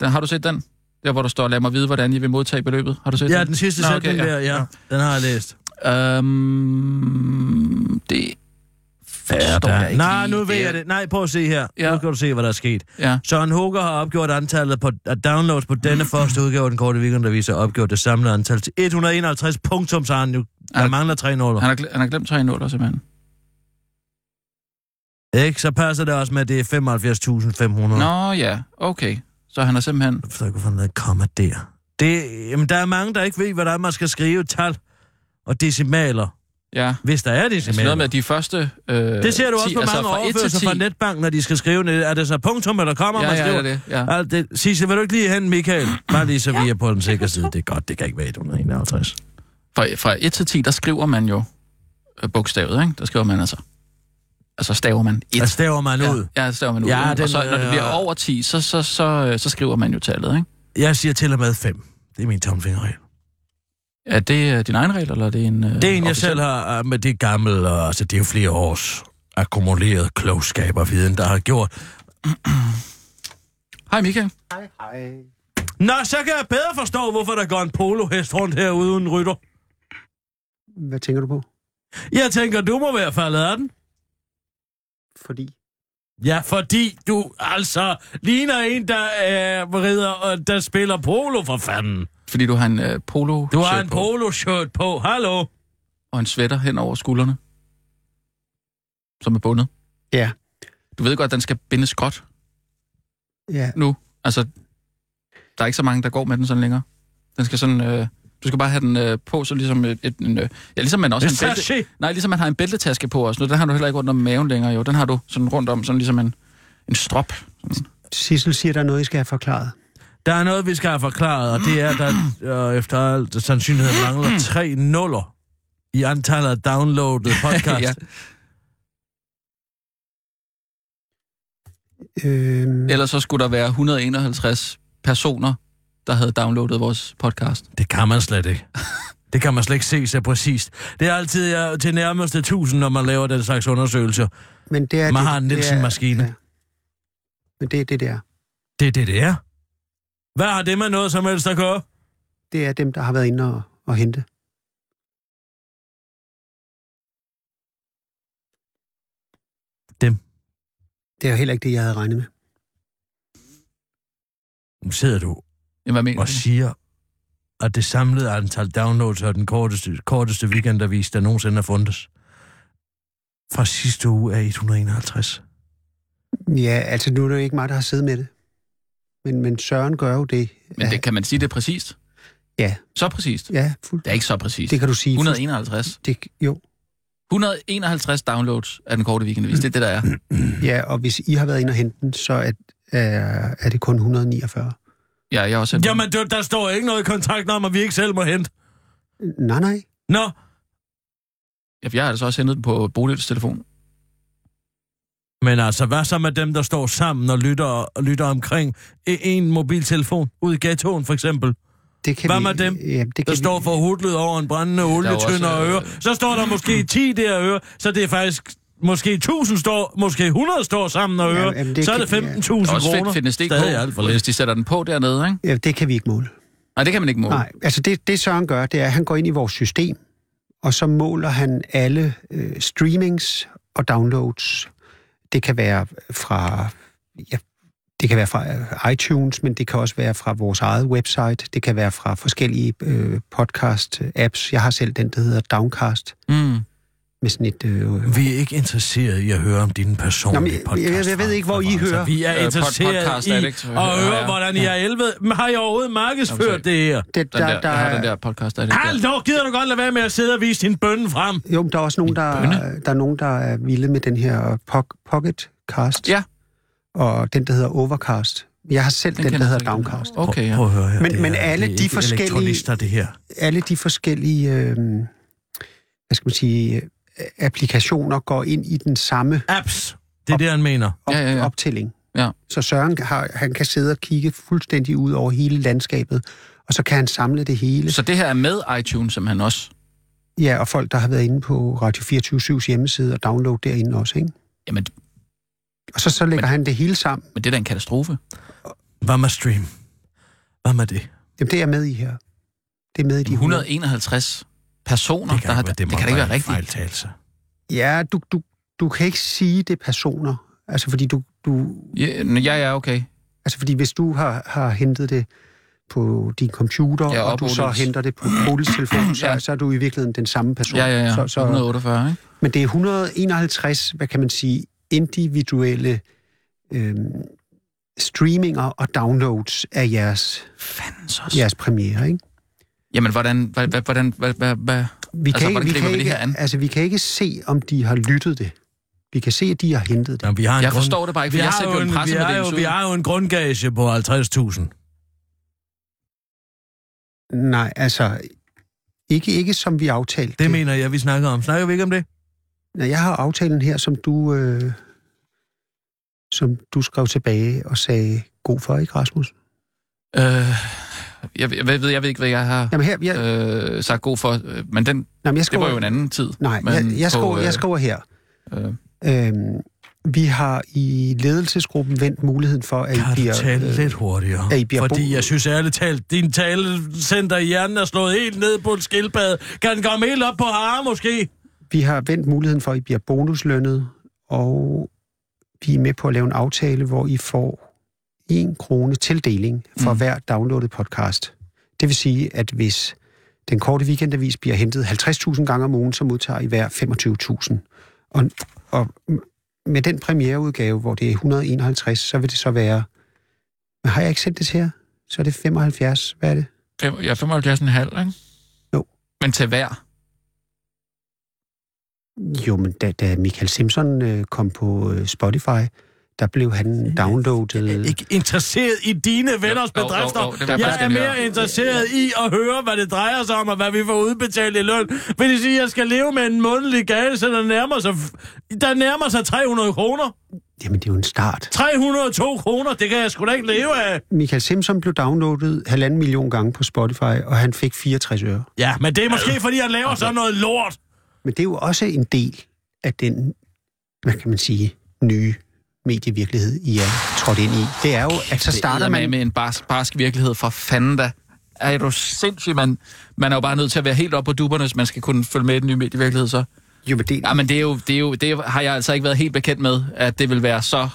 Speaker 2: Den, har du set den? Der, hvor der står, lad mig vide, hvordan I vil modtage beløbet. Har du set
Speaker 4: Ja,
Speaker 2: den?
Speaker 4: den sidste
Speaker 2: Nå,
Speaker 4: Nå,
Speaker 2: okay,
Speaker 4: sætning
Speaker 2: ja,
Speaker 4: der, ja,
Speaker 2: ja.
Speaker 4: Den har jeg læst.
Speaker 2: Øhm, det forstår jeg ikke
Speaker 4: Nej,
Speaker 2: lige.
Speaker 4: nu ved jeg det. Nej, prøv at se her.
Speaker 2: Ja.
Speaker 4: Nu kan du se, hvad der er sket.
Speaker 2: Ja.
Speaker 4: Søren Hooker har opgjort antallet på, af downloads på denne første udgave af den korte weekendavis og opgjort det samlede antal til 151 punktum, så han jo. Der
Speaker 2: Han-
Speaker 4: mangler tre nuller.
Speaker 2: Han har, gle- han har glemt tre nuller, simpelthen.
Speaker 4: Ikke? Så passer det også med, at det er 75.500.
Speaker 2: Nå ja, okay. Så han er simpelthen...
Speaker 4: Jeg forstår ikke, hvorfor den hedder komma der. Det, jamen, der er mange, der ikke ved, hvordan man skal skrive tal og decimaler.
Speaker 2: Ja,
Speaker 4: Hvis der er
Speaker 2: altså noget
Speaker 4: decimaler.
Speaker 2: med at de første... Øh,
Speaker 4: Det ser du også
Speaker 2: 10,
Speaker 4: på mange
Speaker 2: altså fra 1 til
Speaker 4: overførelser
Speaker 2: 10.
Speaker 4: fra netbank, når de skal skrive ned. Er det så punktum, eller kommer
Speaker 2: Ja,
Speaker 4: man
Speaker 2: ja,
Speaker 4: skriver?
Speaker 2: det er det. Ja.
Speaker 4: Alt det. Sisse, vil du ikke lige hen, Michael? Bare lige så vi er på den sikre side. Det er godt, det kan ikke være 151.
Speaker 2: Fra, fra 1 til 10, der skriver man jo øh, bogstavet, ikke? Der skriver man altså... Altså staver man 1.
Speaker 4: Der staver man ud.
Speaker 2: Ja, ja, staver man ud.
Speaker 4: Ja,
Speaker 2: ikke?
Speaker 4: den,
Speaker 2: og så når det
Speaker 4: øh,
Speaker 2: bliver over 10, så, så, så, øh, så skriver man jo tallet, ikke?
Speaker 4: Jeg siger til og med 5. Det er min tomfingerregel.
Speaker 2: Er det øh, din egen regel, eller er det en... Øh,
Speaker 4: Det er en, jeg
Speaker 2: officiel?
Speaker 4: selv har, øh, men det er gammel, og altså, det er jo flere års akkumuleret klogskab og viden, der har gjort.
Speaker 2: Hej, Michael.
Speaker 4: Nå, så kan jeg bedre forstå, hvorfor der går en polohest rundt her uden rytter.
Speaker 3: Hvad tænker du på?
Speaker 4: Jeg tænker, du må være faldet af den.
Speaker 3: Fordi?
Speaker 4: Ja, fordi du altså ligner en, der, øh, rider, og der spiller polo for fanden.
Speaker 2: Fordi du har en øh, polo
Speaker 4: Du har en
Speaker 2: på,
Speaker 4: poloshirt på. Hallo?
Speaker 2: og en sweater hen over skuldrene, som er bundet.
Speaker 3: Ja.
Speaker 2: Du ved godt, at den skal bindes godt.
Speaker 3: Ja,
Speaker 2: nu. Altså, der er ikke så mange, der går med den sådan længere. Den skal sådan... Øh, du Du skal bare have den øh, på, så ligesom et, et, en, øh, ja, ligesom man også
Speaker 4: En
Speaker 2: har en
Speaker 4: sachet?
Speaker 2: bælte, Nej, ligesom man har en bæltetaske på også. Nu, den har du heller ikke rundt om maven længere, jo. Den har du sådan rundt om, sådan ligesom en, en strop.
Speaker 3: Sissel siger, der er noget, I skal have forklaret.
Speaker 4: Der er noget, vi skal have forklaret, og det er, at der øh, efter alt sandsynlighed mangler tre nuller i antallet af downloadede podcast.
Speaker 2: Ja.
Speaker 4: ja.
Speaker 3: Øhm,
Speaker 2: Ellers så skulle der være 151 personer, der havde downloadet vores podcast.
Speaker 4: Det kan man slet ikke. Det kan man slet ikke se så præcist. Det er altid ja, til nærmeste tusind, når man laver den slags undersøgelser.
Speaker 3: men det er
Speaker 4: man
Speaker 3: det-
Speaker 4: har en
Speaker 3: det er-
Speaker 4: Nielsen-maskine.
Speaker 3: ja. Men det er det der.
Speaker 4: Det er det, det er. Hvad har det med noget som helst at gøre?
Speaker 3: Det er dem, der har været inde og, og hente.
Speaker 4: Dem.
Speaker 3: Det er jo heller ikke det, jeg havde regnet med.
Speaker 4: Nu sidder du
Speaker 2: Jamen, hvad mener
Speaker 4: og
Speaker 2: du?
Speaker 4: siger, at det samlede antal downloads er den korteste, korteste weekendavis, der nogensinde har fundet. Fra sidste uge er 151.
Speaker 3: Ja, altså nu er det jo ikke mig, der har siddet med det. Men, men Søren gør jo det.
Speaker 2: Men det, kan man sige det præcist?
Speaker 3: Ja.
Speaker 2: Så præcist?
Speaker 3: Ja, fuldt.
Speaker 2: Det er ikke så præcist.
Speaker 3: Det kan du sige.
Speaker 2: 151.
Speaker 3: Det, jo.
Speaker 2: 151 downloads af den korte weekendavis. Det er det, der er.
Speaker 3: Ja, og hvis I har været inde og hente den, så er, er, er det kun 149.
Speaker 2: Ja, jeg er også sendt
Speaker 4: Jamen, du, der står ikke noget i kontrakten om, at vi ikke selv må hente.
Speaker 3: Nej, nej.
Speaker 4: Nå,
Speaker 2: den. Jeg har altså også hentet den på Bolets telefon.
Speaker 4: men altså, hvad så med dem, der står sammen og lytter, og lytter omkring i en mobiltelefon ude i ghettoen, for eksempel?
Speaker 3: Det kan
Speaker 4: Hvad
Speaker 3: vi,
Speaker 4: med dem,
Speaker 3: Ja, det kan
Speaker 4: Der
Speaker 3: vi-
Speaker 4: står for hudlet over en brændende olietønder
Speaker 2: også,
Speaker 4: og
Speaker 2: øh,
Speaker 4: øre. Så står der måske 10 der øre, så det er faktisk måske 1000 står, måske 100 står sammen og øre.
Speaker 3: Ja, jamen, det
Speaker 4: så er
Speaker 3: kan-
Speaker 4: det 15.000
Speaker 3: ja.
Speaker 2: Der er også
Speaker 4: kroner.
Speaker 2: fedt fitness.dk,
Speaker 4: Stadig alt for
Speaker 2: hvis
Speaker 4: lidt.
Speaker 2: de sætter den på dernede, ikke?
Speaker 3: Ja, det kan vi ikke måle.
Speaker 2: Nej, det kan man ikke måle.
Speaker 3: Nej, altså det, det Søren gør, det er, at han går ind i vores system, og så måler han alle øh, streamings og downloads. Det kan være fra ja, det kan være fra øh, iTunes, men det kan også være fra vores eget website. Det kan være fra forskellige øh, podcast-apps. Jeg har selv den, der hedder Downcast,
Speaker 2: Mm.
Speaker 3: med sådan et... Øh,
Speaker 4: Vi er ikke interesseret i at høre om din
Speaker 3: Nå, men
Speaker 4: personlige
Speaker 3: jeg-
Speaker 4: podcast. Altså,
Speaker 3: jeg- jeg ved ikke, hvor I hører.
Speaker 4: Vi er
Speaker 2: Øh, pod-
Speaker 4: interesseret
Speaker 2: podcast
Speaker 4: i
Speaker 2: addict,
Speaker 4: at
Speaker 2: hører
Speaker 4: høre,
Speaker 2: jeg.
Speaker 4: hvordan I er elvet. Men Har I overhovedet markedsført
Speaker 2: Jamen, så-
Speaker 4: det her?
Speaker 3: det,
Speaker 2: Den der, der, der, jeg har den der podcast. Der, er det der.
Speaker 4: Hallo, gider du godt lade være med at sidde og vise din bønne frem?
Speaker 3: Jo, men der er også nogen, der,
Speaker 2: bønne?
Speaker 3: der er nogen, der er vilde med den her poc- Pocketcast.
Speaker 2: Ja.
Speaker 3: Og den, der hedder Overcast. Jeg har selv den, den der
Speaker 2: kender jeg
Speaker 3: hedder
Speaker 2: så ikke.
Speaker 3: Downcast.
Speaker 2: Okay, ja.
Speaker 4: Prøv at høre her.
Speaker 3: Men-
Speaker 4: det
Speaker 3: men
Speaker 4: er-
Speaker 3: alle
Speaker 4: det er
Speaker 3: de
Speaker 4: ikke
Speaker 3: forskellige-
Speaker 4: elektronister, det her.
Speaker 3: Alle de forskellige, øh, hvad skal man sige, øh, applikationer går ind i den samme
Speaker 4: Apps. Det er det, han mener.
Speaker 3: op-
Speaker 2: Ja,
Speaker 3: ja,
Speaker 2: ja,
Speaker 3: ja,
Speaker 2: ja.
Speaker 3: optælling.
Speaker 2: Ja.
Speaker 3: Så Søren har, han kan sidde og kigge fuldstændig ud over hele landskabet, og så kan han samle det hele.
Speaker 2: Så det her er med iTunes, som han også.
Speaker 3: Ja, og folk, der har været inde på Radio 24-7's hjemmeside og download derinde også, ikke?
Speaker 2: Jamen,
Speaker 3: Og så, så lægger
Speaker 2: Men-
Speaker 3: han det hele sammen.
Speaker 2: men det er da en katastrofe.
Speaker 4: Hvad med stream? Hvad med det?
Speaker 3: Jamen, det er med i her. Det er med i de 100.
Speaker 2: 151 personer,
Speaker 4: Det kan,
Speaker 2: der har...
Speaker 4: ikke, være, det,
Speaker 2: det kan da ikke være rigtigt.
Speaker 4: Fejltagelse.
Speaker 3: Ja, du, du, du kan ikke sige, det er personer. Altså, fordi du, du,
Speaker 2: Ja, nå, ja, ja, okay.
Speaker 3: Altså, fordi hvis du har, har hentet det på din computer,
Speaker 2: Ja,
Speaker 3: ja, og
Speaker 2: og
Speaker 3: du så
Speaker 2: Bodils.
Speaker 3: henter det på Bodils telefon, så,
Speaker 2: Ja.
Speaker 3: ja. så er du i virkeligheden den samme person.
Speaker 2: Ja, ja, ja.
Speaker 3: Så, så,
Speaker 2: 148, ikke?
Speaker 3: men det er 151, hvad kan man sige, individuelle øhm, streaminger og downloads af jeres,
Speaker 2: Fanden så.
Speaker 3: jeres premiere, ikke?
Speaker 2: Jamen, hvordan... Hvad, hvad, hvordan hvad, hvad, hvad?
Speaker 3: Vi
Speaker 2: Altså, hvordan
Speaker 3: vi
Speaker 2: griber
Speaker 3: kan
Speaker 2: vi det
Speaker 3: ikke,
Speaker 2: her an?
Speaker 3: Altså, vi kan ikke se, om de har lyttet det. Vi kan se, at de har hentet det.
Speaker 4: Nå, vi har en
Speaker 2: Jeg
Speaker 4: grund...
Speaker 2: forstår det bare ikke, for
Speaker 4: vi
Speaker 2: jeg
Speaker 4: har
Speaker 2: sendte
Speaker 4: jo
Speaker 2: jo en
Speaker 4: en, vi, har
Speaker 2: pressemeddelelse
Speaker 4: jo,
Speaker 2: ud.
Speaker 4: vi har jo en grundgage på 50.000.
Speaker 3: Nej, altså, ikke, ikke som vi aftalte
Speaker 4: Det mener jeg, vi snakker om. Snakker vi ikke om det?
Speaker 3: Nå, Jeg har aftalen her, som du, øh, som du skrev tilbage og sagde god for, ikke Rasmus?
Speaker 2: Øh, jeg, ved- jeg, ved, jeg ved ikke, hvad jeg har
Speaker 3: Jamen her, jeg,
Speaker 2: øh, sagt god for, øh, men den,
Speaker 3: nej, men jeg
Speaker 2: det
Speaker 3: skriver,
Speaker 2: var jo en anden tid.
Speaker 3: Nej,
Speaker 2: men
Speaker 3: jeg, jeg,
Speaker 2: på,
Speaker 3: skriver,
Speaker 2: øh,
Speaker 3: jeg skriver her.
Speaker 2: øh.
Speaker 3: Øhm, vi har i ledelsesgruppen vendt muligheden for, at I
Speaker 4: Kan du
Speaker 3: bliver... øh,
Speaker 4: tale lidt hurtigere?
Speaker 3: ja, I bliver
Speaker 4: Fordi
Speaker 3: bo-
Speaker 4: øh, jeg synes ærligt talt, din talecenter i hjernen er slået helt ned på et skildpad. Kan den komme helt op på hare måske?
Speaker 3: vi har vendt muligheden for, at I bliver bonuslønnet, og vi er med på at lave en aftale, hvor I får en krone tildeling for
Speaker 2: Mm.
Speaker 3: mm. hver downloadet podcast. Det vil sige, at hvis den korte weekendavis bliver hentet 50.000 gange om ugen, så modtager I hver 25.000. Og, og med den premiereudgave, hvor det er 151, så vil det så være... Men har jeg ikke sendt det til jer? Så er det 75. Hvad er det?
Speaker 2: Fem, ja, 75,5, ikke? Men til hver.
Speaker 3: Jo, men da, da Michael Simpson øh, kom på øh, Spotify, der blev han downloadet...
Speaker 4: Ikke interesseret i dine venners
Speaker 2: jo, jo,
Speaker 4: bedrifter.
Speaker 2: jo, det var
Speaker 4: jeg
Speaker 2: faktisk
Speaker 4: er
Speaker 2: det,
Speaker 4: mere
Speaker 2: ja.
Speaker 4: interesseret i at høre, hvad det drejer sig om, og hvad vi får udbetalt i løn. Vil det sige, at jeg skal leve med en månedlig gave, så der nærmer sig, der nærmer sig 300 kroner?
Speaker 3: Jamen, det er jo en start.
Speaker 4: 302 kroner, det kan jeg sgu da ikke leve af.
Speaker 3: Michael Simpson blev downloadet halvanden million gange på Spotify, og han fik 64 øre.
Speaker 4: Ja, men det er måske, fordi jeg laver sådan noget lort.
Speaker 3: Men det er jo også en del af den, hvad kan man sige, nye medievirkelighed, I er trådt ind i. Det er jo, at så Altså, starter
Speaker 2: med,
Speaker 3: man...
Speaker 2: med en barsk, barsk virkelighed for fanden da. Er du sindssyg, man? Man er jo bare nødt til at være helt oppe på duberne, hvis man skal kunne følge med i den nye medievirkelighed, så.
Speaker 3: Jo, men det,
Speaker 2: Ja, men det er jo, det, er jo, det har jeg altså ikke været helt bekendt med, at det vil være så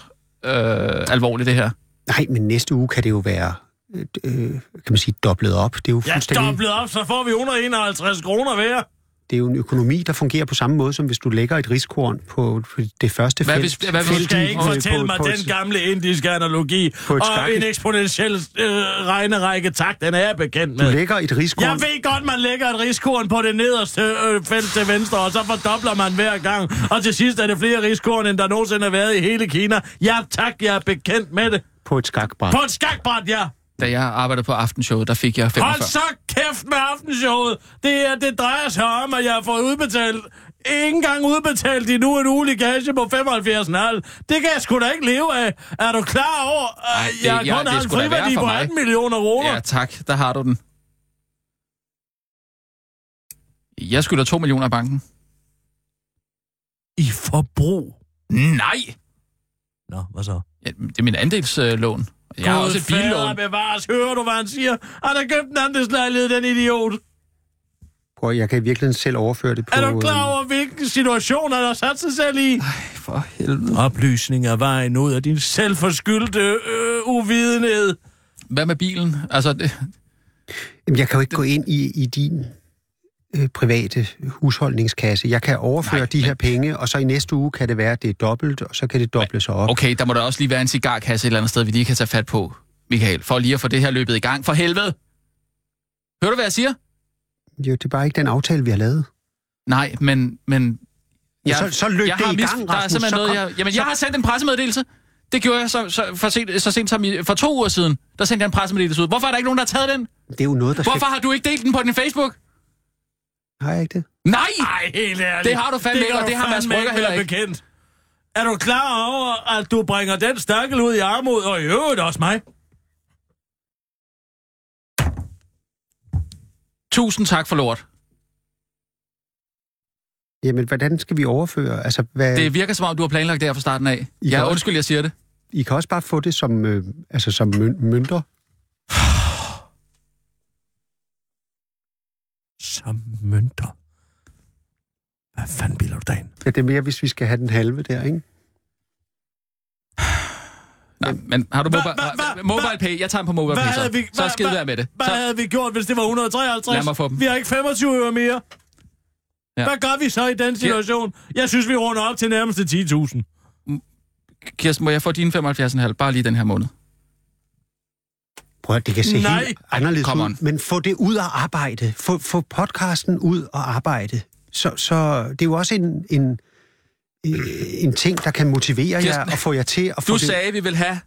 Speaker 2: øh, alvorligt, det her.
Speaker 3: nej, men næste uge kan det jo være, øh, øh, kan man sige, dobblet op. Det er jo
Speaker 4: Ja,
Speaker 3: fuldstændig...
Speaker 4: dobblet op, så får vi 151 kroner hver.
Speaker 3: det er jo en økonomi, der fungerer på samme måde, som hvis du lægger et riskorn på det første
Speaker 2: Hvad
Speaker 3: felt.
Speaker 2: hvis- hvad hvis-
Speaker 3: felt
Speaker 4: Du skal
Speaker 3: i-
Speaker 4: ikke
Speaker 3: på-
Speaker 4: fortælle
Speaker 3: på-
Speaker 4: mig
Speaker 3: på et-
Speaker 4: den gamle indiske analogi
Speaker 3: På et
Speaker 4: og
Speaker 3: skak-
Speaker 4: en eksponentiel øh, regnerække. Tak, den er jeg bekendt
Speaker 3: Du
Speaker 4: med.
Speaker 3: lægger et riskorn...
Speaker 4: Jeg ved godt, man lægger et riskorn på det nederste øh, felt til venstre, og så fordobler man hver gang. Og til sidst er det flere riskorn, end der nogensinde har været i hele Kina. Ja, tak, jeg er bekendt med det.
Speaker 3: på et skakbræt.
Speaker 4: På et skakbræt, ja.
Speaker 2: Da jeg arbejdede på aftenshowet, der fik jeg 45.
Speaker 4: Hold så kæft med aftenshowet. Det, er, det drejer sig om, at jeg har fået udbetalt ikke engang udbetalt endnu en ulig gage på 75,5. Det kan jeg sgu da ikke leve af. Er du klar over, at
Speaker 2: Ej,
Speaker 4: Ej,
Speaker 2: det-
Speaker 4: jeg
Speaker 2: ja,
Speaker 4: kun
Speaker 2: det
Speaker 4: har
Speaker 2: er
Speaker 4: en
Speaker 2: sgu da værre
Speaker 4: friværdi
Speaker 2: for
Speaker 4: på
Speaker 2: mig.
Speaker 4: 18 millioner kroner?
Speaker 2: Ja, tak. Der har du den. Jeg skylder 2 millioner af banken.
Speaker 4: I forbrug.
Speaker 2: Nej!
Speaker 4: Nå, hvad så?
Speaker 2: Ja, det er min andelslån. Jeg har
Speaker 4: Gud
Speaker 2: også et
Speaker 4: fader
Speaker 2: billån.
Speaker 4: bevares. Hører du, hvad han siger? Han har købt en andelslejlighed, den idiot.
Speaker 3: Prøv, at- jeg kan virkelig selv overføre det på...
Speaker 4: Er du
Speaker 3: øh,
Speaker 4: klar over, hvilken situation han har sat sig selv i?
Speaker 2: For helvede.
Speaker 4: Oplysning er vejen ud af din selvforskyldte øh, uvidenhed.
Speaker 2: Hvad med bilen? Altså, det,
Speaker 3: Jamen, jeg kan jo ikke gå ind i, i din øh, private husholdningskasse. Jeg kan overføre
Speaker 2: Nej,
Speaker 3: Nej, de
Speaker 2: men-
Speaker 3: her penge, og så i næste uge kan det være, at det er dobbelt, og så kan det doble sig op.
Speaker 2: okay, der må der også lige være en cigarkasse et eller andet sted, vi lige kan tage fat på, Michael, for lige at få det her løbet i gang. For helvede! Hører du, hvad jeg siger?
Speaker 3: Jo, det er bare ikke den aftale, vi har lavet.
Speaker 2: Nej, men... men
Speaker 3: Ja, så- så løb
Speaker 2: jeg
Speaker 3: det
Speaker 2: har
Speaker 3: i
Speaker 2: mis-
Speaker 3: gang,
Speaker 2: Der er
Speaker 3: Rasmus,
Speaker 2: simpelthen
Speaker 3: så
Speaker 2: noget,
Speaker 3: kom-
Speaker 2: jeg... Jamen,
Speaker 3: så-
Speaker 2: jeg har sendt en pressemeddelelse. Det gjorde jeg så, så, for sent, så sent som i, for to uger siden. Der sendte jeg en pressemeddelelse ud. Hvorfor er der ikke nogen, der har taget den?
Speaker 3: Det er jo noget, der
Speaker 2: Hvorfor
Speaker 3: skal...
Speaker 2: har du ikke delt den på din Facebook?
Speaker 3: Har jeg ikke det?
Speaker 2: Nej!
Speaker 4: Ej, helt ærligt.
Speaker 2: Det har du fandme ikke,
Speaker 4: kan
Speaker 2: og
Speaker 4: du
Speaker 2: det har Mads
Speaker 4: fandme
Speaker 2: Brygger heller
Speaker 4: være
Speaker 2: ikke.
Speaker 4: Bekendt. Er du klar over, at du bringer den stakkel ud i armod, og i øvrigt også mig?
Speaker 2: Tusind tak for lort.
Speaker 3: Jamen, hvordan skal vi overføre? Altså, hvad...
Speaker 2: Det virker som om, du har planlagt det her fra starten af.
Speaker 3: kan
Speaker 2: Ja,
Speaker 3: også-
Speaker 2: undskyld, jeg siger det.
Speaker 3: I kan også bare få det som, øh, altså, som møn- mønter.
Speaker 4: Som mønter. Hvad fanden bilder du dig ind?
Speaker 3: Ja, det er mere, hvis vi skal have den halve der, ikke?
Speaker 2: Nej, men har du
Speaker 4: Hva-
Speaker 2: mobile,
Speaker 4: hva- hva-
Speaker 2: mobile pay? Jeg tager den på mobile
Speaker 4: Hvad
Speaker 2: pay,
Speaker 4: havde vi,
Speaker 2: så. Så
Speaker 4: hvad-
Speaker 2: skide
Speaker 4: hvad-
Speaker 2: være med det.
Speaker 4: Hvad
Speaker 2: Så,
Speaker 4: havde vi gjort, hvis det var 153?
Speaker 2: Lad mig få dem.
Speaker 4: Vi har ikke 25 øre mere.
Speaker 2: Ja.
Speaker 4: Ja. Hvad gør vi så i den situation? Jeg synes, vi runder op til nærmeste 10.000.
Speaker 2: Kirsten, må jeg få dine 75,5? Bare lige den her måned.
Speaker 3: Prøv at det kan se
Speaker 4: Nej.
Speaker 3: helt anderledes
Speaker 2: Come on.
Speaker 3: ud. Men få det ud og arbejde. Få, få podcasten ud og arbejde. Så, så det er jo også en, en, øh, en ting, der kan motivere jer
Speaker 2: Kirsten,
Speaker 3: og få jer til at få
Speaker 2: Du
Speaker 3: det...
Speaker 2: sagde, vi vil have...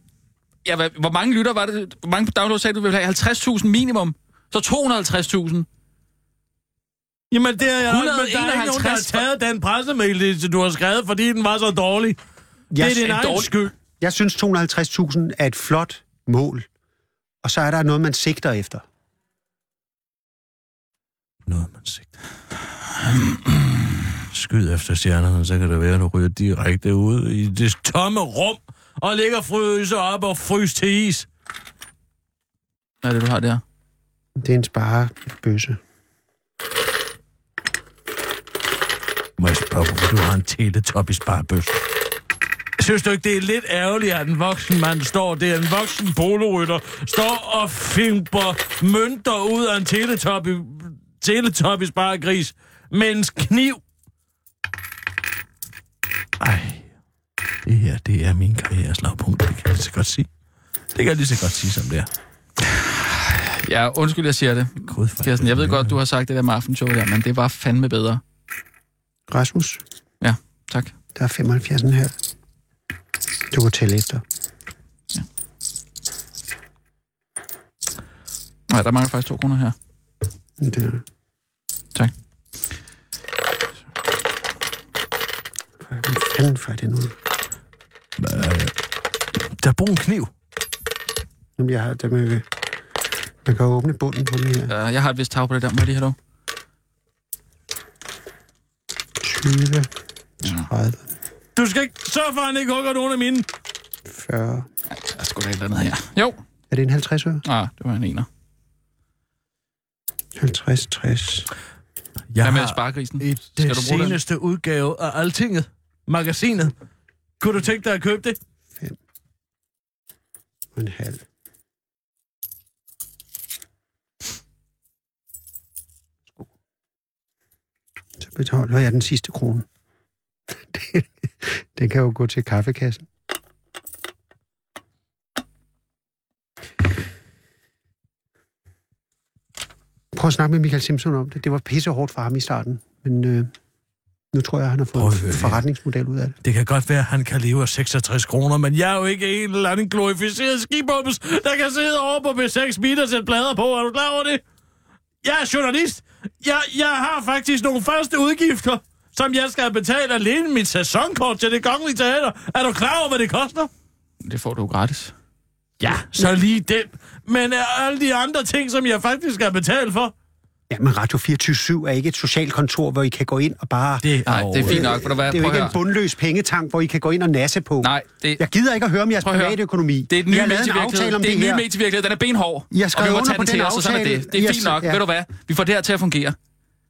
Speaker 2: Ja, hvad, hvor mange lytter var det? Hvor mange downloads sagde du, vi vil have? 50.000 minimum. Så 250.000.
Speaker 4: Jamen, det er jeg nok, men der er ikke nogen, der har
Speaker 2: 151.
Speaker 4: taget den pressemeddelelse, du har skrevet, fordi den var så dårlig.
Speaker 3: Jeg,
Speaker 4: det er din egen
Speaker 2: dårlig-
Speaker 4: skyld.
Speaker 3: jeg synes, 250.000 er et flot mål. Og så er der noget, man sigter efter.
Speaker 4: Noget, man sigter. Skyd efter stjernerne, så kan det være, at du ryger direkte ud i det tomme rum og ligger og fryser op og fryser til is.
Speaker 2: Hvad er det, du har der?
Speaker 3: Det er en sparebøsse.
Speaker 4: Må jeg spørge, hvorfor du har en teletop i sparebøs? Synes du ikke, det er lidt ærgerligt, at en voksen mand står, det er en voksen polorytter, står og fimper mønter ud af en teletop i, teletop i sparegris med en kniv? Ej, det her, det er min karrieres lavpunkt, det kan jeg lige så godt sige. Det kan jeg lige så godt sige, som det er.
Speaker 2: Ja, undskyld, jeg siger det.
Speaker 4: Gud, for
Speaker 2: Kirsten, jeg ved godt, du har sagt det der med aftenshow der, men det var fandme bedre.
Speaker 3: Rasmus,
Speaker 2: Tak.
Speaker 3: der er 75 her. Du kan tælle efter.
Speaker 2: Nej, der mangler faktisk to kroner her.
Speaker 3: Det er...
Speaker 2: Tak.
Speaker 3: Hvad fanden for det nu?
Speaker 4: Der er brug en kniv.
Speaker 3: Jamen, jeg har det med... Man kan jo åbne bunden på den her.
Speaker 2: Uh, jeg har et vist tag på det der, må jeg lige have lov?
Speaker 3: 20, 30,
Speaker 4: Du skal ikke sørge for, at han ikke hugger nogen af mine.
Speaker 3: 40.
Speaker 2: Der er sgu da et eller andet her. Jo.
Speaker 3: Er det en 50 øre?
Speaker 2: Ah, det var en ener.
Speaker 3: 50, 60.
Speaker 4: Jeg
Speaker 2: Hvad med sparkrisen?
Speaker 4: i
Speaker 2: Skal
Speaker 4: den
Speaker 2: du bruge den?
Speaker 4: seneste udgave af Altinget, magasinet. Kunne du tænke dig at købe det?
Speaker 3: og en halv. Så beholder jeg den sidste krone. Det- den kan jo gå til kaffekassen. Prøv at snakke med Michael Simpson om det. Det var pissehårdt for ham i starten, men øh, nu tror jeg, han har
Speaker 4: Prøv
Speaker 3: fået
Speaker 4: at høre
Speaker 3: en
Speaker 4: her.
Speaker 3: forretningsmodel ud af det.
Speaker 4: Det kan godt være, at han kan leve af 66 kroner, men jeg er jo ikke en eller anden glorificeret skibums, der kan sidde over på B6 meter og sætte plader på. Er du klar over det? Jeg er journalist. Jeg, jeg har faktisk nogle faste udgifter, som jeg skal betale alene mit sæsonkort til det kongelige teater. Er du klar over, hvad det koster?
Speaker 2: Det får du jo gratis.
Speaker 4: Ja, så lige den. Men er alle de andre ting, som jeg faktisk skal betale for?
Speaker 3: Ja, men Radio 24 er ikke et socialt kontor, hvor I kan gå ind og bare...
Speaker 4: Det
Speaker 2: Nej, det er fint nok. Ved du hvad?
Speaker 3: Det er jo
Speaker 2: Prøv at
Speaker 3: ikke en
Speaker 2: høre.
Speaker 3: bundløs pengetank, hvor I kan gå ind og nasse på.
Speaker 2: Nej, det,
Speaker 3: Jeg gider ikke at høre om jeres
Speaker 2: Prøv at høre.
Speaker 3: private økonomi.
Speaker 2: Det er den nye
Speaker 3: Jeg har lavet en aftale
Speaker 2: medievirkelighed.
Speaker 3: om
Speaker 2: Det er
Speaker 3: det,
Speaker 2: den nye
Speaker 3: her.
Speaker 2: medievirkelighed. Den er benhård.
Speaker 3: I har skrevet
Speaker 2: og vi må
Speaker 3: under
Speaker 2: tage
Speaker 3: på
Speaker 2: den
Speaker 3: den
Speaker 2: til os, og sådan er
Speaker 3: aftale.
Speaker 2: det. Det
Speaker 3: I
Speaker 2: er
Speaker 3: har
Speaker 2: fint
Speaker 3: s-
Speaker 2: nok.
Speaker 3: ja.
Speaker 2: Ved du hvad? Vi får det her til at fungere.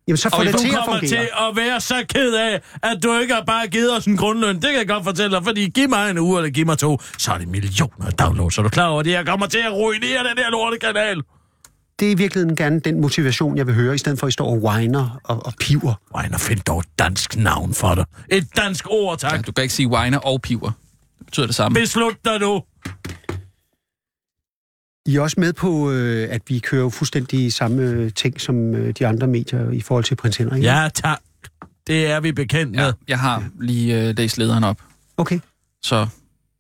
Speaker 3: Jamen, så får
Speaker 2: Og
Speaker 3: det
Speaker 2: hvis
Speaker 3: til
Speaker 4: Du
Speaker 3: at
Speaker 4: kommer
Speaker 3: fungere.
Speaker 4: til at være så ked af, at du ikke har bare givet os en grundløn. Det kan jeg godt fortælle dig, fordi giv mig en uge eller giv mig to, så er det millioner af downloads. Er du klar over det? Jeg kommer til at ruinere den her lortekanal.
Speaker 3: Det er i virkeligheden gerne den motivation, jeg vil høre, i stedet for at I står og whiner og, og piver.
Speaker 4: Regner, find dog et dansk navn for dig. Et dansk ord, tak.
Speaker 2: Ja, du kan ikke sige whiner og piver. Det betyder det samme.
Speaker 4: Beslut dig nu.
Speaker 3: I er også med på, øh, at vi kører jo fuldstændig samme øh, ting som øh, de andre medier i forhold til prins Henrik.
Speaker 4: Ja, tak. Det er vi bekendt med.
Speaker 2: Ja, jeg har lige øh, læst lederen op,
Speaker 3: Okay.
Speaker 2: så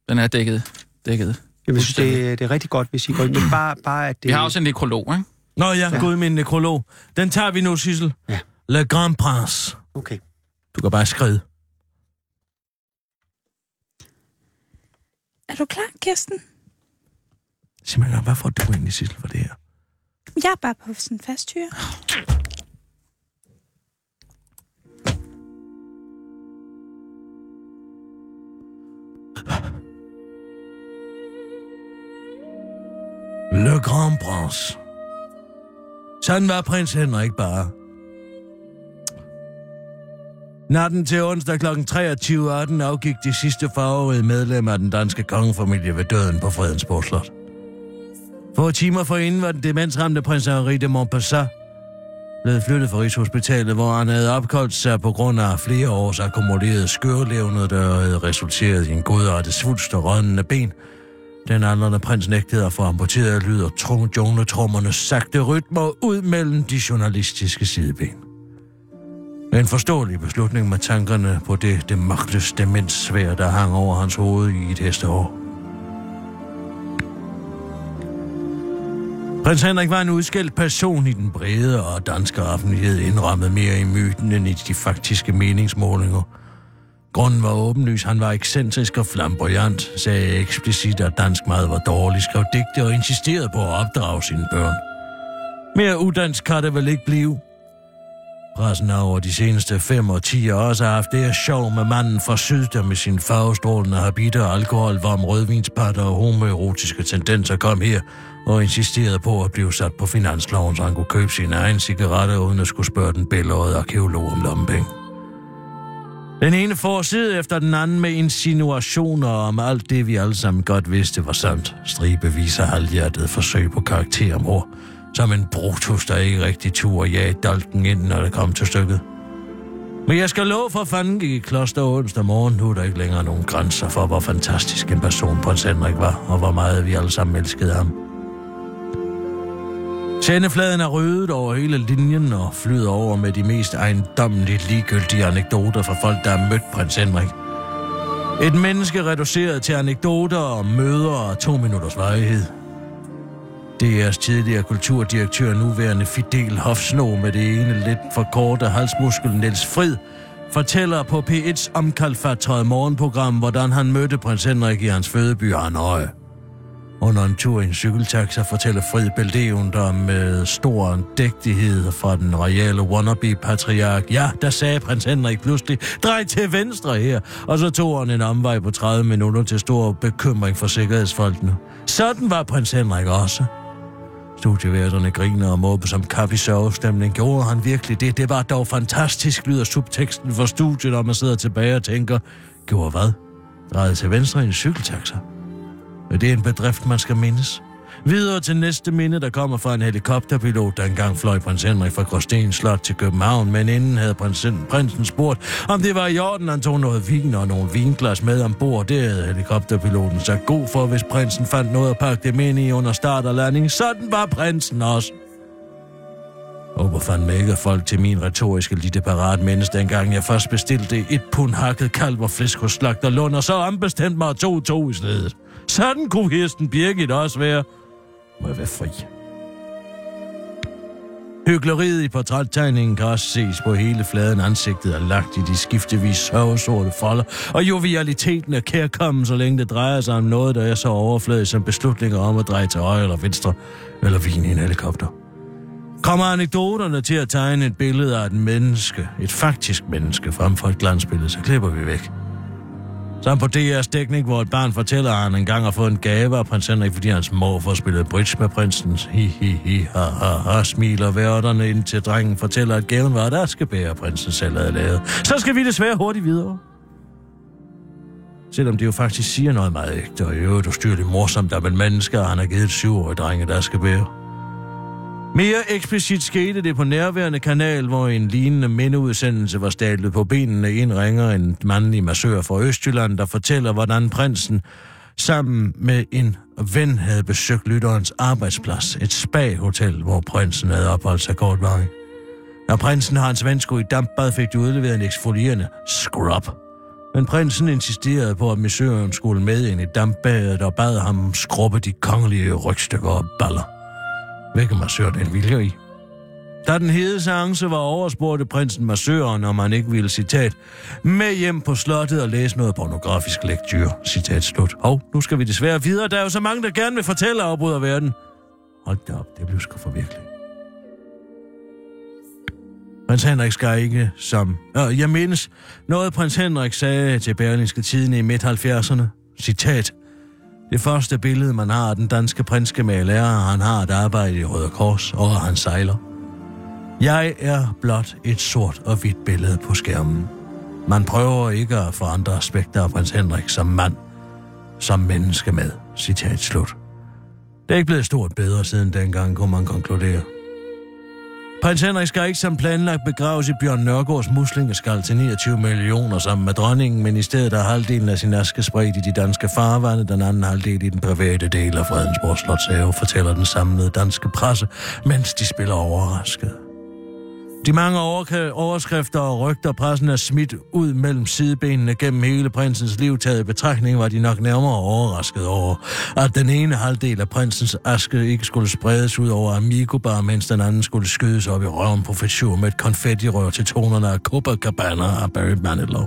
Speaker 2: den er dækket. dækket.
Speaker 3: Jamen, jeg synes, det, det er rigtig godt, hvis I går ind. Men bare, bare at det...
Speaker 2: Vi har også en nekrolog, ikke?
Speaker 4: Nå ja, gud min nekrolog. Den tager vi nu, Sissel.
Speaker 3: Ja.
Speaker 4: Le Grand Prince.
Speaker 3: Okay.
Speaker 4: Du kan bare skride.
Speaker 5: Er du klar, Kirsten?
Speaker 4: Sig mig, engang, hvad får du egentlig, Sissel, for det her?
Speaker 5: Jeg er bare på sådan en fast hyre.
Speaker 4: Le Grand Prince. Sådan var prins Henrik bare. Natten til onsdag kl. 23.18 afgik de sidste farvede medlemmer af den danske kongefamilie ved døden på Fredensborg Slot. Få timer forinden var den demensramte prins Henri de Montpassat blevet flyttet fra Rigshospitalet, hvor han havde opkoldt sig på grund af flere års akkumuleret skørlevnet, der havde resulteret i en godartet svulst og rødende ben, den aldrende prins nægtede at få amputeret lyder trum jungletrummernes sagte rytmer ud mellem de journalistiske sideben. En forståelig beslutning med tankerne på det, det magtes demenssvær, der hang over hans hoved i et hesteår. Prins Henrik var en udskældt person i den brede og danske offentlighed, indrammet mere i myten end i de faktiske meningsmålinger. Grunden var åbenlys. Han var ekscentrisk og flamboyant, sagde eksplicit, at dansk mad var dårlig, skrev digte og insisterede på at opdrage sine børn. Mere udansk kan det vel ikke blive. Pressen har over de seneste fem og ti år også haft det her sjov med manden fra syd, der med sin farvestrålende habiter, alkohol, varm rødvinspatter og homoerotiske tendenser kom her og insisterede på at blive sat på finansloven, så han kunne købe sine egne cigaretter, uden at skulle spørge den bælårede arkeolog om lommepenge. Den ene forside efter den anden med insinuationer om alt det, vi alle sammen godt vidste var sandt. Stribe viser halvhjertet forsøg på karaktermord. Som en brutus, der ikke rigtig turde jage dolken ind, når det kom til stykket. Men jeg skal love for fanden gik i kloster onsdag morgen. Nu er der ikke længere nogen grænser for, hvor fantastisk en person prins Henrik var, og hvor meget vi alle sammen elskede ham. Sendefladen er rødet over hele linjen og flyder over med de mest ejendommeligt ligegyldige anekdoter fra folk, der har mødt prins Henrik. Et menneske reduceret til anekdoter og møder af to minutters varighed. DR's tidligere kulturdirektør, nuværende Fidel Hofsno med det ene lidt for korte halsmuskel Niels Frid, fortæller på P1's omkalfatrede morgenprogram, hvordan han mødte prins Henrik i hans fødeby Hanoi. Under en tur i en cykeltaxa fortæller Frid Beldeven, der med stor andægtighed fra den royale wannabe-patriark, ja, der sagde prins Henrik pludselig, drej til venstre her, og så tog han en omvej på 30 minutter til stor bekymring for sikkerhedsfolkene. Sådan var prins Henrik også. Studieværterne griner og måber som kaffe i sørgestemning. Gjorde han virkelig det? Det var dog fantastisk, lyder subteksten for studiet, når man sidder tilbage og tænker, gjorde hvad? Drejede til venstre i en cykeltaxa. Men det er en bedrift, man skal mindes. Videre til næste minde, der kommer fra en helikopterpilot, der engang fløj prins Henrik fra Gråsten Slot til København, men inden havde prinsen, prinsen spurgt, om det var i orden, han tog noget vin og nogle vinglas med ombord. Det havde helikopterpiloten sagt god for, hvis prinsen fandt noget at pakke dem ind i under start og landing. Sådan var prinsen også. Håber fandme ikke, at folk til min retoriske lille parat mindes dengang, jeg først bestilte et pund hakket kalv og flæsk hos slagter Lund, og så ombestemte mig to to i stedet. Sådan kunne Kirsten Birgit også være. Må jeg være fri. Hygleriet i portrættegningen kan også ses på hele fladen. Ansigtet er lagt i de skiftevis sørgesorte folder, og jovialiteten er kærkommen, så længe det drejer sig om noget, der er så overfladisk som beslutninger om at dreje til højre eller venstre, eller vin i en helikopter kommer anekdoterne til at tegne et billede af et menneske, et faktisk menneske, frem for et glansbillede, så klipper vi væk. Som på DR's dækning, hvor et barn fortæller, at han engang har fået en gave af prins Henrik, fordi hans morfar spillede bridge med prinsen. Hi, hi, hi, ha, ha, ha, smiler værterne indtil drengen fortæller, at gaven var et askebær, prinsen selv havde lavet. Så skal vi desværre hurtigt videre. Selvom det jo faktisk siger noget meget ægte, og i øvrigt ustyrligt morsomt, at man mennesker, han har givet et syvårigt dreng et askebær. Mere eksplicit skete det på nærværende kanal, hvor en lignende mindeudsendelse var stablet på benene en ringer en mandlig massør fra Østjylland, der fortæller, hvordan prinsen sammen med en ven havde besøgt lytterens arbejdsplads, et spa-hotel, hvor prinsen havde opholdt sig kort vej. Når prinsen har hans ven skulle i dampbad, fik de udleveret en eksfolierende scrub. Men prinsen insisterede på, at missøren skulle med ind i dampbadet og bad ham skrubbe de kongelige rygstykker og baller hvilket massør den viljer i. Da den hede seance var over, spurgte prinsen massøren, om han ikke ville, citat, med hjem på slottet og læse noget pornografisk lektyr, citat slut. Hov, nu skal vi desværre videre, der er jo så mange, der gerne vil fortælle og afbryder verden. Hold da op, det blev sgu for virkelig. Prins Henrik skal ikke som... Øh, jeg mindes noget, prins Henrik sagde til Berlingske Tiden i midt-70'erne. Citat. Det første billede, man har af den danske prinskemale, er, at han har et arbejde i Røde Kors, og at han sejler. Jeg er blot et sort og hvidt billede på skærmen. Man prøver ikke at få andre aspekter af prins Henrik som mand, som menneske med. Citat slut. Det er ikke blevet stort bedre siden dengang, kunne man konkludere. Prins Henrik skal ikke som planlagt begraves i Bjørn Nørgaards muslingeskald til 29 millioner sammen med dronningen, men i stedet er halvdelen af sin aske spredt i de danske farvande, den anden halvdel i den private del af Fredensborg Slotshave, fortæller den samlede danske presse, mens de spiller overrasket. De mange overka- overskrifter og rygter, pressen er smidt ud mellem sidebenene gennem hele prinsens liv, taget i betragtning var de nok nærmere overrasket over, at den ene halvdel af prinsens aske ikke skulle spredes ud over Amigobar, mens den anden skulle skydes op i røven på Fitzhugh med et konfettirør til tonerne af Copacabana og Barry Manilow.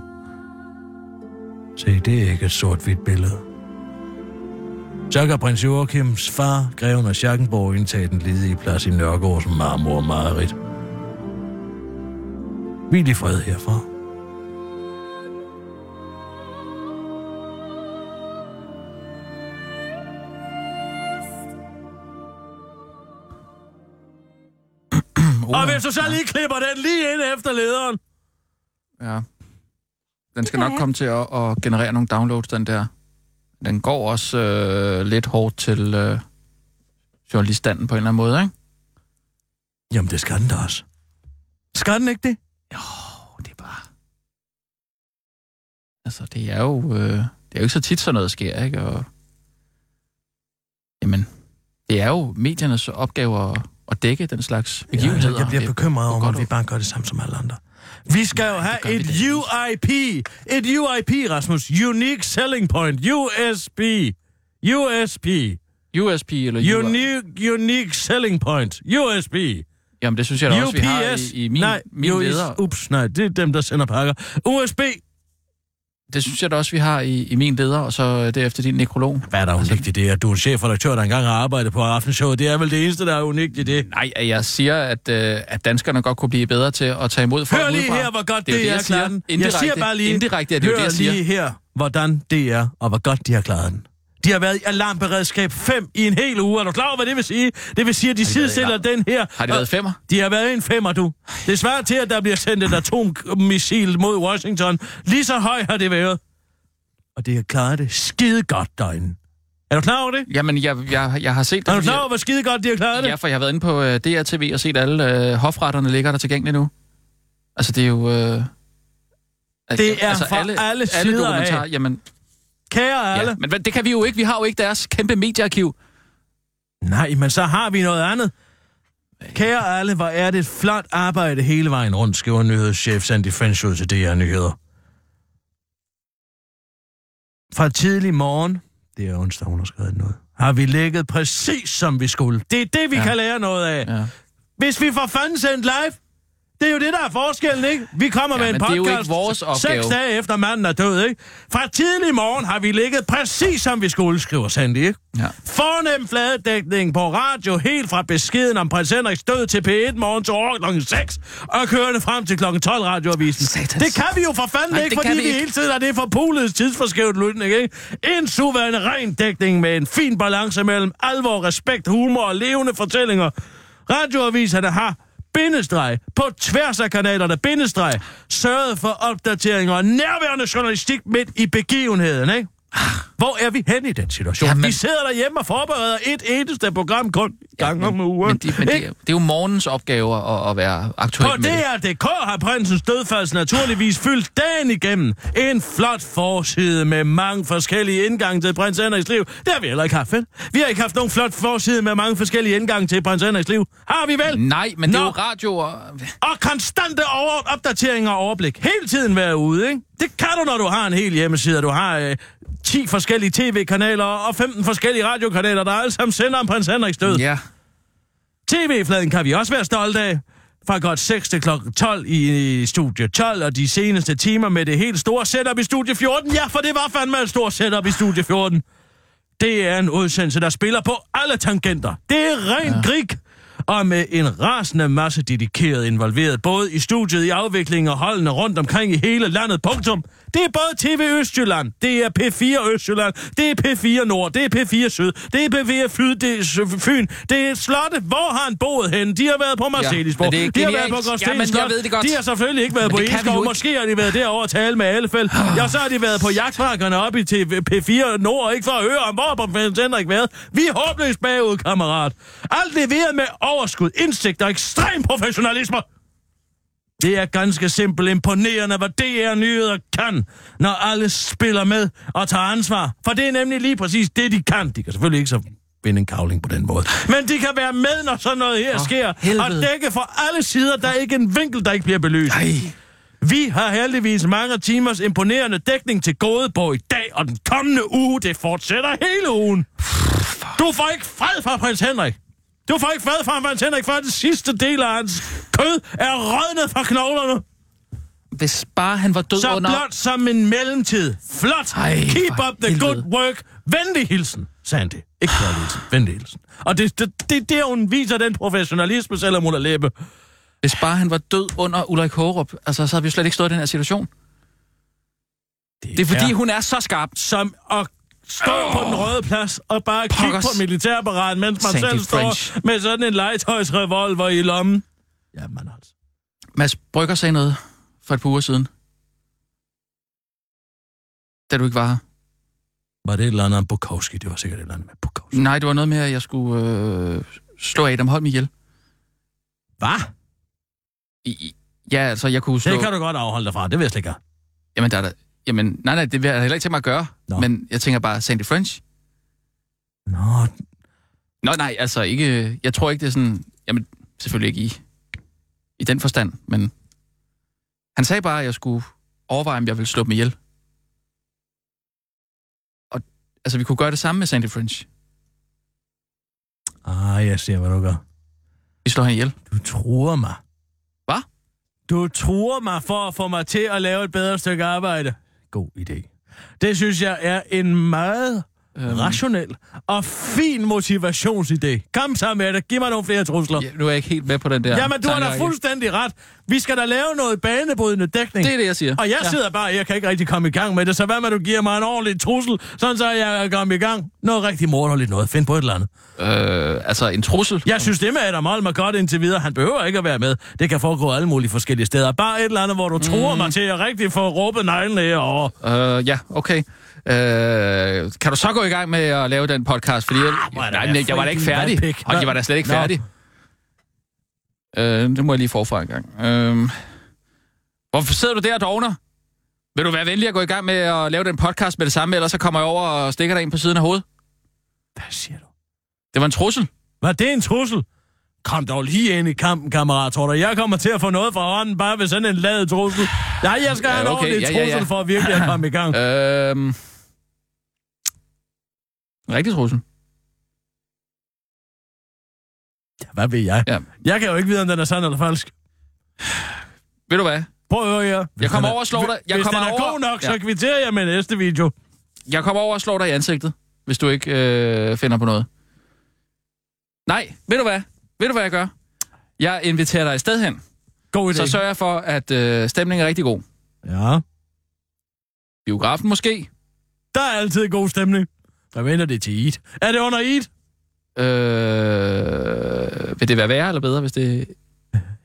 Speaker 4: Se, det er ikke et sort-hvidt billede. Så kan prins Joachims far, greven af Schackenborg, indtage den ledige plads i Nørgaards marmor og mareridt. Hvil i fred herfra.
Speaker 2: Ola,
Speaker 4: Og hvis du så lige klipper den lige ind efter lederen.
Speaker 2: Ja. Den skal
Speaker 5: Ja,
Speaker 2: nok
Speaker 5: ja.
Speaker 2: komme til at, at generere nogle downloads, den der. Den går også øh, lidt hårdt til øh, journaliststanden på en eller anden måde, ikke?
Speaker 4: Jamen, det skal den da også. Skal den ikke det?
Speaker 2: Åh, det er bare... Altså, det er jo... Øh, det er jo ikke så tit, sådan noget sker, ikke? Og... Jamen, det er jo mediernes opgave at, at dække den slags
Speaker 4: Ja,
Speaker 2: begivenheder.
Speaker 4: jeg bliver
Speaker 2: Det
Speaker 4: bekymret
Speaker 2: kunne
Speaker 4: over,
Speaker 2: godt
Speaker 4: at vi bare gør det samme som alle andre. Vi skal jo have
Speaker 2: gør vi
Speaker 4: et
Speaker 2: da ikke.
Speaker 4: UIP. Et UIP, Rasmus. Unique Selling Point. USP. USP.
Speaker 2: USP eller UI.
Speaker 4: Unique, unique Selling Point. USP.
Speaker 2: Jamen, det synes jeg da også, vi har
Speaker 4: UPS.
Speaker 2: i, i min,
Speaker 4: nej,
Speaker 2: min
Speaker 4: US,
Speaker 2: leder.
Speaker 4: Ups, nej, det er dem, der sender pakker. USB.
Speaker 2: Det synes jeg da også, vi har i, i min leder, og så øh, derefter din nekrolog.
Speaker 4: Hvad er der unikt i det, at du er en chefredaktør, der engang har arbejdet på Aftenshowet? Det er vel det eneste, der er unikt i det.
Speaker 2: Nej, at jeg siger, at, øh, at danskerne godt kunne blive bedre til at tage imod folk
Speaker 4: Hør lige
Speaker 2: udefra.
Speaker 4: her, hvor godt
Speaker 2: det er,
Speaker 4: DR
Speaker 2: jo det, jeg siger.
Speaker 4: klarer den. Jeg
Speaker 2: Indirekte,
Speaker 4: siger bare lige,
Speaker 2: indirekte er det jo
Speaker 4: Hør
Speaker 2: det, jeg siger.
Speaker 4: lige her, hvordan DR og hvor godt de har klaret den. De har været i alarmberedskab 5 i en hel uge. Er du klar over, hvad det vil sige? Det vil sige, at de sidestiller den her.
Speaker 2: Har det været femmer?
Speaker 4: De har været en femmer, du. Det svarer til, at der bliver sendt et atommissil mod Washington. Lige så høj har det været. Og det har klaret det skide godt derinde. Er du klar over det?
Speaker 2: Jamen, jeg, jeg, jeg har set det.
Speaker 4: Er du
Speaker 2: fordi
Speaker 4: klar over, hvor skide godt de har klaret det?
Speaker 2: Ja, for jeg har været inde på øh, DRTV og set alle øh, hofretterne ligger der tilgængeligt nu. Altså, det er jo... Øh, altså,
Speaker 4: Det er fra alle
Speaker 2: alle
Speaker 4: sider af.
Speaker 2: dokumentarer, Jamen,
Speaker 4: Kære alle.
Speaker 2: ja. Men hvad- det kan vi jo ikke. Vi har jo ikke deres kæmpe mediearkiv.
Speaker 4: Nej, men så har vi noget andet. Kære alle, hvor er det et flot arbejde hele vejen rundt, skriver nyhedschef Sandy French ud til DR Nyheder. Fra tidlig morgen, det er onsdag, hun har skrevet noget, har vi ligget præcis som vi skulle. Det er det, vi ja.
Speaker 2: Ja.
Speaker 4: kan lære noget af.
Speaker 2: Ja.
Speaker 4: Hvis vi får fanden sendt live, det er jo det, der er forskellen, ikke? Vi kommer
Speaker 2: Ja,
Speaker 4: med en
Speaker 2: men det er
Speaker 4: podcast
Speaker 2: jo ikke vores opgave.
Speaker 4: seks dage efter manden er død, ikke? Fra tidlig morgen har vi ligget præcis som vi skulle, skriver Sandy, ikke?
Speaker 2: Ja.
Speaker 4: Fornem fladedækning på radio helt fra beskeden om prins Henriks død til P1 morgen til over kl. 6 og kørende frem til kl. 12 radioavisen.
Speaker 2: Satans.
Speaker 4: Det kan vi jo for fanden
Speaker 2: Nej,
Speaker 4: ikke,
Speaker 2: det
Speaker 4: fordi
Speaker 2: kan
Speaker 4: vi
Speaker 2: vi ikke.
Speaker 4: hele tiden har det forpulede tidsforskævet lytning, ikke? En suværende ren dækning med en fin balance mellem alvor, respekt, humor og levende fortællinger. Radioaviserne har bindestreg på tværs af kanalerne, bindestreg, sørget for opdateringer og nærværende journalistik midt i begivenheden, ikke?
Speaker 2: Ah,
Speaker 4: Hvor er vi hen i den situation? Jamen.
Speaker 2: Jamen-
Speaker 4: Vi sidder derhjemme og forbereder et eneste program kun gang om ugen.
Speaker 2: Men, det, men det, er-
Speaker 4: ikke?
Speaker 2: det er jo morgens opgave at, at være aktuel
Speaker 4: På
Speaker 2: med det.
Speaker 4: DR.dk har prinsens dødfalds naturligvis fyldt dagen igennem. En flot forside med mange forskellige indgange til prins Henriks liv. Det har vi heller ikke haft, vel? Vi har ikke haft nogen flot forside med mange forskellige indgange til prins Henriks liv. Har vi vel?
Speaker 2: Nej, men det er
Speaker 4: Nå.
Speaker 2: jo radio og...
Speaker 4: Og konstante over opdateringer og overblik. Hele tiden være ude, ikke? Det kan du, når du har en hel hjemmeside, og du har øh, 10 forskellige tv-kanaler og 15 forskellige radiokanaler, der alle sammen sender om prins Henriks død.
Speaker 2: Ja.
Speaker 4: TV-fladen kan vi også være stolte af. Fra godt 6 til kl. 12 i studie 12, og de seneste timer med det helt store setup i studie 14. Ja, for det var fandme et stort setup i studie 14. Det er en udsendelse, der spiller på alle tangenter. Det er ren ja. grig. Og med en rasende masse dedikeret involveret, både i studiet, i afviklingen og holdene rundt omkring i hele landet. Punktum. Det er både TV Østjylland, det er P4 Østjylland, det er P4 Nord, det er P4 Syd, det er P4 Flyd, det er Sø- Fyn, det er Slotte. Hvor har han boet henne? De har været på Marcelisborg,
Speaker 2: men det er
Speaker 4: de har været
Speaker 2: genialt.
Speaker 4: på Gråsten
Speaker 2: Jamen, jeg
Speaker 4: Slot,
Speaker 2: ved det godt.
Speaker 4: de har selvfølgelig ikke været
Speaker 2: Men
Speaker 4: på
Speaker 2: det kan vi jo
Speaker 4: Egeskov,
Speaker 2: ikke.
Speaker 4: måske har de været derovre og tale med Alfeldt. Ja, så har de været på jagtmarkerne op i TV P4 Nord, ikke for at høre om, hvor på Prins Henrik været. Vi er håbløst bagud, kammerat. Alt leveret med overskud, indsigt og ekstrem professionalisme. Det er ganske simpelt imponerende, hvad DR Nyheder kan, når alle spiller med og tager ansvar. For det er nemlig lige præcis det, de kan. De kan selvfølgelig ikke så vinde en kavling på den måde. Men de kan være med, når sådan noget her sker. Og
Speaker 2: helvede.
Speaker 4: dække fra alle sider. Der er ikke en vinkel, der ikke bliver belyst. Vi har heldigvis mange timers imponerende dækning til gode på i dag, og den kommende uge, det fortsætter hele ugen. Du får ikke fred fra prins Henrik. Du får ikke fred fra prins Henrik, før den sidste del af hans kød er rådnet fra knoglerne.
Speaker 2: Hvis bare han var død
Speaker 4: Så
Speaker 2: under...
Speaker 4: blot som en mellemtid. Flot.
Speaker 2: Ej,
Speaker 4: Keep
Speaker 2: for
Speaker 4: up the
Speaker 2: helvede.
Speaker 4: good work. Venlig hilsen, Sandy. Ikke kærlig hilsen. Venlig hilsen. Og det, det, det, er der, hun viser den professionalisme, selvom hun er læbe.
Speaker 2: Hvis bare han var død under Ulrik Hårup, altså, så havde vi jo slet ikke stået i den her situation. Det er fordi,
Speaker 4: er-
Speaker 2: hun er så skarp.
Speaker 4: som at stå oh. på den røde plads og bare Pokkers. kigge
Speaker 2: Pokkers.
Speaker 4: på militærapparatet, mens man
Speaker 2: Sandy
Speaker 4: selv står
Speaker 2: French.
Speaker 4: med sådan en legetøjsrevolver i lommen. Jamen altså.
Speaker 2: Mads Brygger sagde noget for et par uger siden. Da du ikke var her.
Speaker 4: Var det et eller andet om Bukowski? Det var sikkert et eller andet med Bukowski.
Speaker 2: Nej, det var noget med, at jeg skulle øh, slå Adam Holm ihjel.
Speaker 4: Hvad?
Speaker 2: I, i, ja, altså, jeg kunne slå...
Speaker 4: Det kan du godt afholde dig fra. Det vil jeg slet ikke. gøre.
Speaker 2: Jamen, der er der... Jamen, nej, nej, det vil jeg heller ikke til mig at gøre.
Speaker 4: Nå.
Speaker 2: Nå. Men jeg tænker bare, Sandy French?
Speaker 4: Nå,
Speaker 2: Nå, nej, altså ikke... øh, Jeg tror ikke, det er sådan... Jamen, selvfølgelig ikke i, i den forstand, men han sagde bare, at jeg skulle overveje, om jeg ville slå dem ihjel. Og altså, vi kunne gøre det samme med Sandy French.
Speaker 4: Ah, jeg ser, hvad du gør.
Speaker 2: Vi slår hende ihjel.
Speaker 4: Du truer mig.
Speaker 2: Hvad?
Speaker 4: Du truer mig for at få mig til at lave et bedre stykke arbejde. God idé. Det synes jeg er en meget øhm. rationel og fin motivationsidé. Kom så med det. Giv mig nogle flere trusler.
Speaker 2: Ja, nu er jeg ikke helt med på den der.
Speaker 4: Ja, Jamen, du har da
Speaker 2: tankerække.
Speaker 4: fuldstændig ret. Vi skal da lave noget banebrydende dækning.
Speaker 2: Det er det, jeg siger.
Speaker 4: Og jeg ja. sidder bare, jeg kan ikke rigtig komme i gang med det, så hvad med, du giver mig en ordentlig trussel, sådan så jeg kan komme i gang. Noget rigtig morderligt noget. Find på et eller andet.
Speaker 2: Øh, altså, en trussel.
Speaker 4: Jeg synes, det med Adam Holm er godt indtil videre. Han behøver ikke at være med. Det kan foregå alle mulige forskellige steder. Bare et eller andet,
Speaker 2: Mhm.
Speaker 4: hvor du mm. tror mig til at rigtig få råbet neglene herovre.
Speaker 2: Øh, ja, okay. Øh, kan du så gå i gang med at lave den podcast? Fordi jeg,
Speaker 4: Ah, hvor er det
Speaker 2: nej,
Speaker 4: da
Speaker 2: men jeg var da ikke
Speaker 4: freaking
Speaker 2: færdig.
Speaker 4: vandpik.
Speaker 2: Og jeg var da slet ikke
Speaker 4: Nå.
Speaker 2: færdig. Øh, det må jeg lige forfra en gang. Øh, hvorfor sidder du der og dogner? Vil du være venlig at gå i gang med at lave den podcast med det samme, ellers så kommer jeg over og stikker dig ind på siden af hovedet?
Speaker 4: Hvad siger du?
Speaker 2: Det var en trussel.
Speaker 4: Var det en trussel? Kom dog lige ind i kampen, kammerat. Tror du, jeg kommer til at få noget fra hånden bare ved sådan en ladet trussel? Nej, jeg skal
Speaker 2: Ja,
Speaker 4: have en
Speaker 2: okay.
Speaker 4: ordentlig
Speaker 2: Ja, ja,
Speaker 4: trussel
Speaker 2: ja.
Speaker 4: for virkelig at komme i gang.
Speaker 2: Øh, en rigtig trussel.
Speaker 4: Ja, Hvad ved jeg?
Speaker 2: Ja.
Speaker 4: Jeg kan jo ikke vide, om den er sand eller falsk.
Speaker 2: Ved du hvad?
Speaker 4: Prøv at høre her. Hvis
Speaker 2: Jeg kommer
Speaker 4: den er-
Speaker 2: over og slår dig. Jeg
Speaker 4: Hvis
Speaker 2: kommer
Speaker 4: den er
Speaker 2: over-
Speaker 4: god nok,
Speaker 2: Ja.
Speaker 4: så kvitterer jeg med næste video.
Speaker 2: Jeg kommer over og slår dig i ansigtet, hvis du ikke øh, finder på noget. Nej, ved du hvad? Ved du, hvad jeg gør? Jeg inviterer dig et sted hen.
Speaker 4: God idé.
Speaker 2: Så sørger jeg for, at øh, stemningen er rigtig god.
Speaker 4: Ja.
Speaker 2: Biografen måske.
Speaker 4: Der er altid god stemning. Hvad venter det til Eid? Er det under Eid?
Speaker 2: Øh, vil det være værre eller bedre, hvis det...